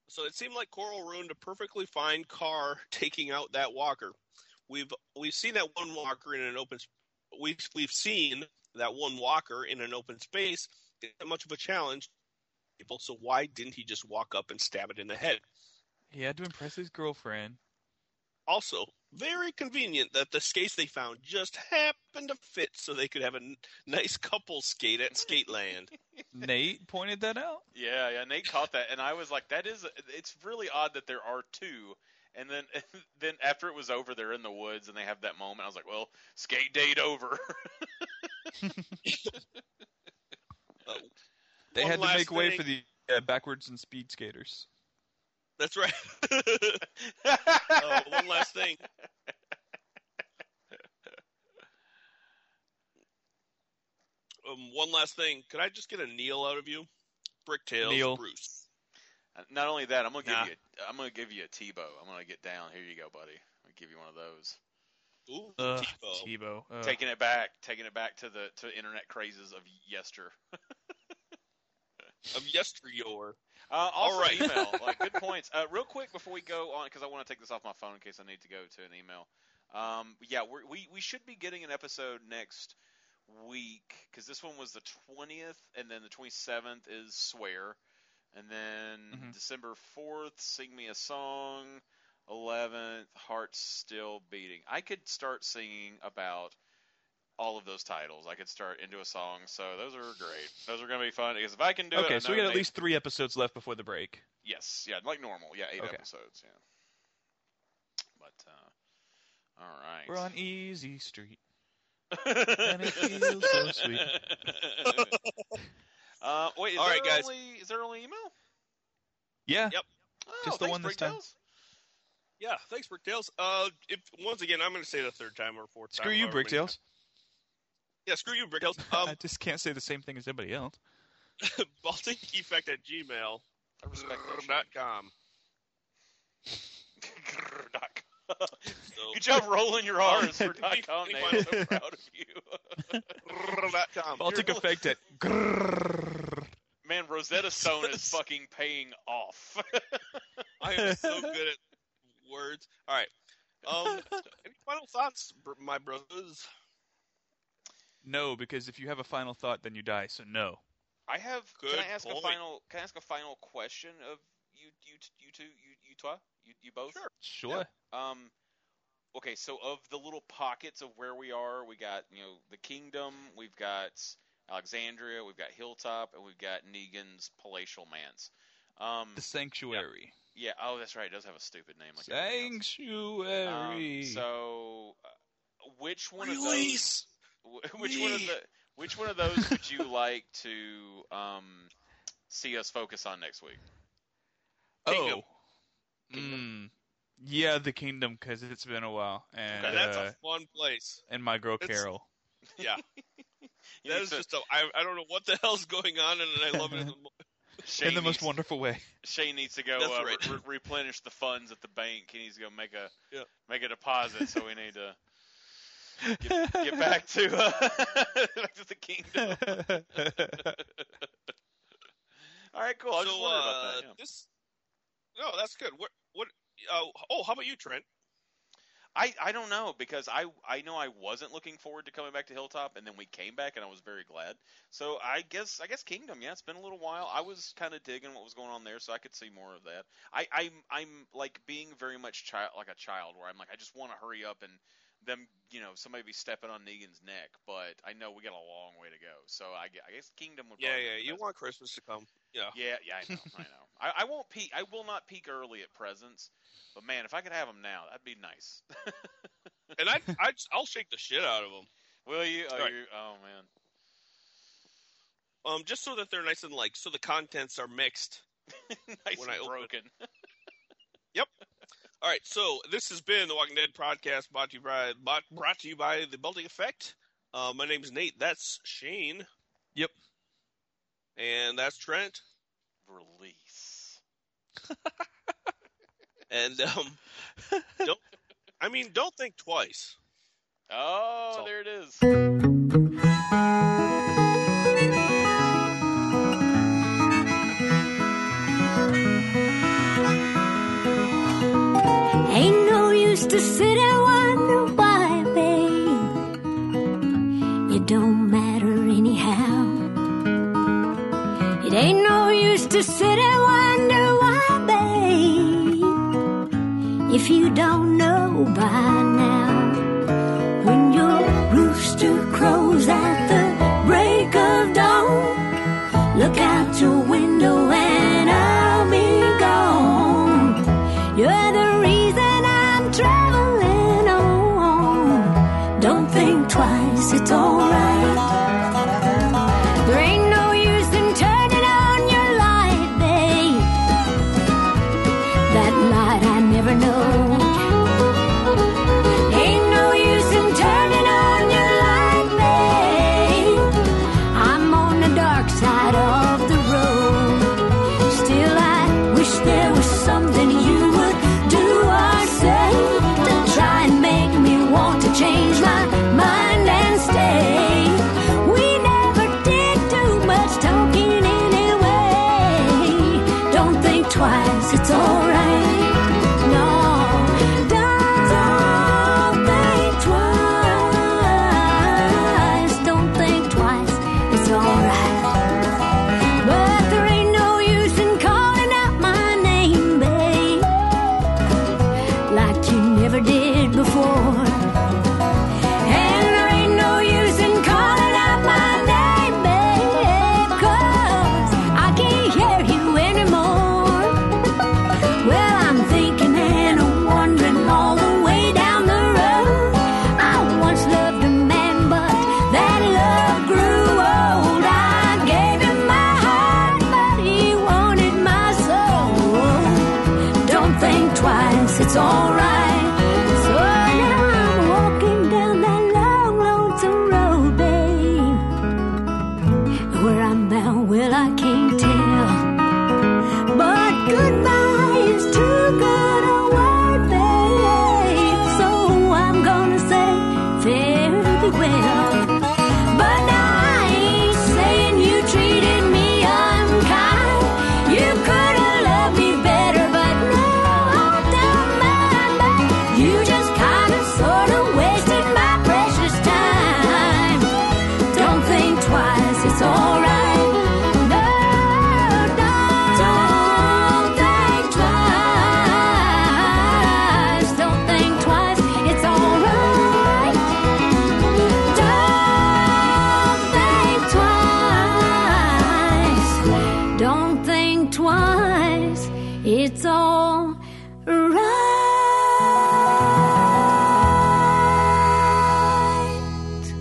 Speaker 2: so it seemed like Coral ruined a perfectly fine car taking out that walker. We've we've seen that one walker in an open. sp- We've we've seen that one walker in an open space. It's not much of a challenge, to people. So why didn't he just walk up and stab it in the head?
Speaker 3: He had to impress his girlfriend.
Speaker 2: Also, very convenient that the skates they found just happened to fit, so they could have a n- nice couple skate at Skateland.
Speaker 3: Nate pointed that out.
Speaker 1: Yeah, yeah. Nate caught that, and I was like, "That is, it's really odd that there are two. And then, then after it was over, they're in the woods and they have that moment. I was like, "Well, skate date over."
Speaker 3: They
Speaker 2: One
Speaker 3: had to
Speaker 2: last
Speaker 3: make way
Speaker 2: thing.
Speaker 3: for the uh, backwards and speed skaters.
Speaker 2: That's right. Uh, one last thing. Um, one last thing. Could I just get a Neil out of you? Bricktails,
Speaker 3: Neil.
Speaker 2: Bruce.
Speaker 1: Not only that, I'm gonna give
Speaker 2: Nah.
Speaker 1: you, a, I'm gonna give you a Tebow. I'm gonna get down. Here you go, buddy. I'll give you one of those.
Speaker 2: Ooh,
Speaker 3: Ugh,
Speaker 2: Tebow.
Speaker 3: Tebow.
Speaker 2: Uh.
Speaker 3: Ugh.
Speaker 1: Taking it back, taking it back to the to internet crazes of yester.
Speaker 2: Of yesteryear.
Speaker 1: Uh, also
Speaker 2: All right.
Speaker 1: email. Like, good points. Uh, real quick before we go on, because I want to take this off my phone in case I need to go to an email. Um, yeah, we're, we we should be getting an episode next week because this one was the twentieth, and then the twenty seventh is swear, and then
Speaker 3: Mhm.
Speaker 1: December fourth, sing me a song. Eleventh, heart's still beating. I could start singing about all of those titles. I could start into a song. So those are great. Those are going to be fun because if I can do it, I
Speaker 3: okay, so we
Speaker 1: know
Speaker 3: got at
Speaker 1: Nate-
Speaker 3: least three episodes left before the break.
Speaker 1: Yes, yeah, like normal. Yeah, eight
Speaker 3: Okay.
Speaker 1: episodes. Yeah. But uh, all right.
Speaker 3: We're on e- Easy Street, and it feels so sweet.
Speaker 1: uh, wait, is
Speaker 2: All
Speaker 1: there
Speaker 2: right, guys.
Speaker 1: only is there only email?
Speaker 3: Yeah,
Speaker 2: Yep.
Speaker 1: Oh,
Speaker 3: Just the
Speaker 1: thanks,
Speaker 3: one this time.
Speaker 1: Bricktails.
Speaker 2: Yeah, thanks, Bricktails. Uh, if, once again, I'm going to say the third time or fourth time.
Speaker 3: screw you,
Speaker 2: however many times.
Speaker 3: Bricktails.
Speaker 2: Yeah, screw you, Bricktails.
Speaker 3: I
Speaker 2: Um,
Speaker 3: just can't say the same thing as everybody else.
Speaker 2: Baltic Effect at Gmail.
Speaker 1: I respect
Speaker 2: dot
Speaker 1: that.
Speaker 2: com.
Speaker 1: shit. Dot com.
Speaker 2: So,
Speaker 1: Good job rolling
Speaker 3: Oh,
Speaker 1: your R's for dot com, Nate. I'm so
Speaker 3: Anyone-
Speaker 1: proud of you.
Speaker 2: dot com.
Speaker 3: Baltic effect at. grrrr.
Speaker 1: Man, Rosetta Stone is fucking paying off.
Speaker 2: I am so good at words. All right. Um, any final thoughts, br- my brothers?
Speaker 3: No, because if you have a final thought, then you die. So no.
Speaker 1: I have.
Speaker 2: Good
Speaker 1: can I ask a
Speaker 2: point.
Speaker 1: final? Can I ask a final question of you? You? t- You two? You? You twa? You? You both?
Speaker 2: Sure.
Speaker 3: Sure.
Speaker 1: Um, okay, so of the little pockets of where we are, we got you know the kingdom, we've got Alexandria, we've got Hilltop, and we've got Negan's palatial manse. Um,
Speaker 3: The sanctuary.
Speaker 1: yeah, oh, that's right. It does have a stupid name like everything else.
Speaker 3: Sanctuary.
Speaker 1: Um, so, uh, which one
Speaker 2: Release.
Speaker 1: of those? wh- Which one of
Speaker 2: me.
Speaker 1: the? Which one of those would you like to um, see us focus on next week?
Speaker 3: oh.
Speaker 2: Kingdom.
Speaker 3: Mm. Yeah, the kingdom, because it's been a while, and
Speaker 2: Yeah, that's
Speaker 3: uh,
Speaker 2: a fun place.
Speaker 3: and my girl
Speaker 2: it's-
Speaker 3: Carol.
Speaker 2: Yeah,
Speaker 1: You
Speaker 2: that
Speaker 1: need
Speaker 2: is
Speaker 1: to-
Speaker 2: just a. I, I don't know what the hell's going on, and I love it. In the, mo-
Speaker 1: Shane
Speaker 3: in the most
Speaker 1: needs-
Speaker 3: wonderful way.
Speaker 1: Shane needs to go
Speaker 2: That's
Speaker 1: uh,
Speaker 2: right.
Speaker 1: re- replenish the funds at the bank. He needs to go make a
Speaker 2: Yeah.
Speaker 1: make a deposit. So we need to get, get back to uh, back to the kingdom. All right, cool. I was
Speaker 2: so
Speaker 1: just wondering about
Speaker 2: uh,
Speaker 1: that. yeah.
Speaker 2: this. No, that's good. What? What? Uh, oh, how about you, Trent?
Speaker 1: I, I don't know because I I know I wasn't looking forward to coming back to Hilltop, and then we came back, and I was very glad. So I guess I guess Kingdom, yeah, it's been a little while. I was kind of digging what was going on there, so I could see more of that. I I'm I'm like being very much child like a child, where I'm like I just want to hurry up and them you know somebody be stepping on Negan's neck, but I know we got a long way to go. So I, gue- I guess Kingdom would.
Speaker 2: Yeah,
Speaker 1: probably be
Speaker 2: yeah.
Speaker 1: the
Speaker 2: You
Speaker 1: best.
Speaker 2: want Christmas to come? Yeah.
Speaker 1: Yeah, yeah, I know, I know. I, I won't peak. I will not peak early at presents, but man, if I could have them now, that'd be nice.
Speaker 2: And I, I, I'll shake the shit out of them.
Speaker 1: Will you? Oh,
Speaker 2: Right.
Speaker 1: you, oh man.
Speaker 2: Um, just so that they're nice and like, so the contents are mixed.
Speaker 1: nice
Speaker 2: When
Speaker 1: and
Speaker 2: I open it.
Speaker 1: broken.
Speaker 2: All right, so this has been the Walking Dead podcast brought to you by brought, brought to you by the Baltic Effect. Uh, my name's Nate. That's Shane,
Speaker 3: Yep.
Speaker 2: and that's Trent.
Speaker 1: Release.
Speaker 2: And um, don't I mean don't think twice.
Speaker 1: Oh,
Speaker 2: all.
Speaker 1: there it is.
Speaker 5: Ain't no use to sit and wonder Ain't no use to sit and wonder why, babe. If you don't know by now, when your rooster crows at the break of dawn, look out your window and I'll be gone. You're the reason I'm traveling on. Don't think twice, it's alright. There ain't no use in turning on your light, babe. That light I never know. Ain't no use in turning on your light, babe. I'm on the dark side of the road. Still, I wish there was something you would do or say to try and make me want to change my mind and stay. We never did too much talking anyway. Don't think twice, it's alright. No, don't think twice. Don't think twice, it's alright. But there ain't no use in calling out my name, babe, like you never did before. And there ain't no use in calling out my name, babe, 'cause I can't hear you anymore. Well, I'm thinking and wondering all the way down the road. I once loved a man, but that love grew old. I gave him my heart, but he wanted my soul. Don't think twice, it's alright. So now I'm walking down that long, lonesome road, babe. Where I'm bound, well, I can't tell. But goodbye is too good a word, babe. So I'm gonna say farewell. But now I ain't saying you treated me unkind. You could have loved me better, but no, I don't mind. But you just kind of sort of wasted my precious time. Don't think twice, it's alright. No, don't think twice. Don't think twice, it's alright. Don't think twice. Don't think twice. It's all right.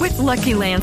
Speaker 6: With Lucky Land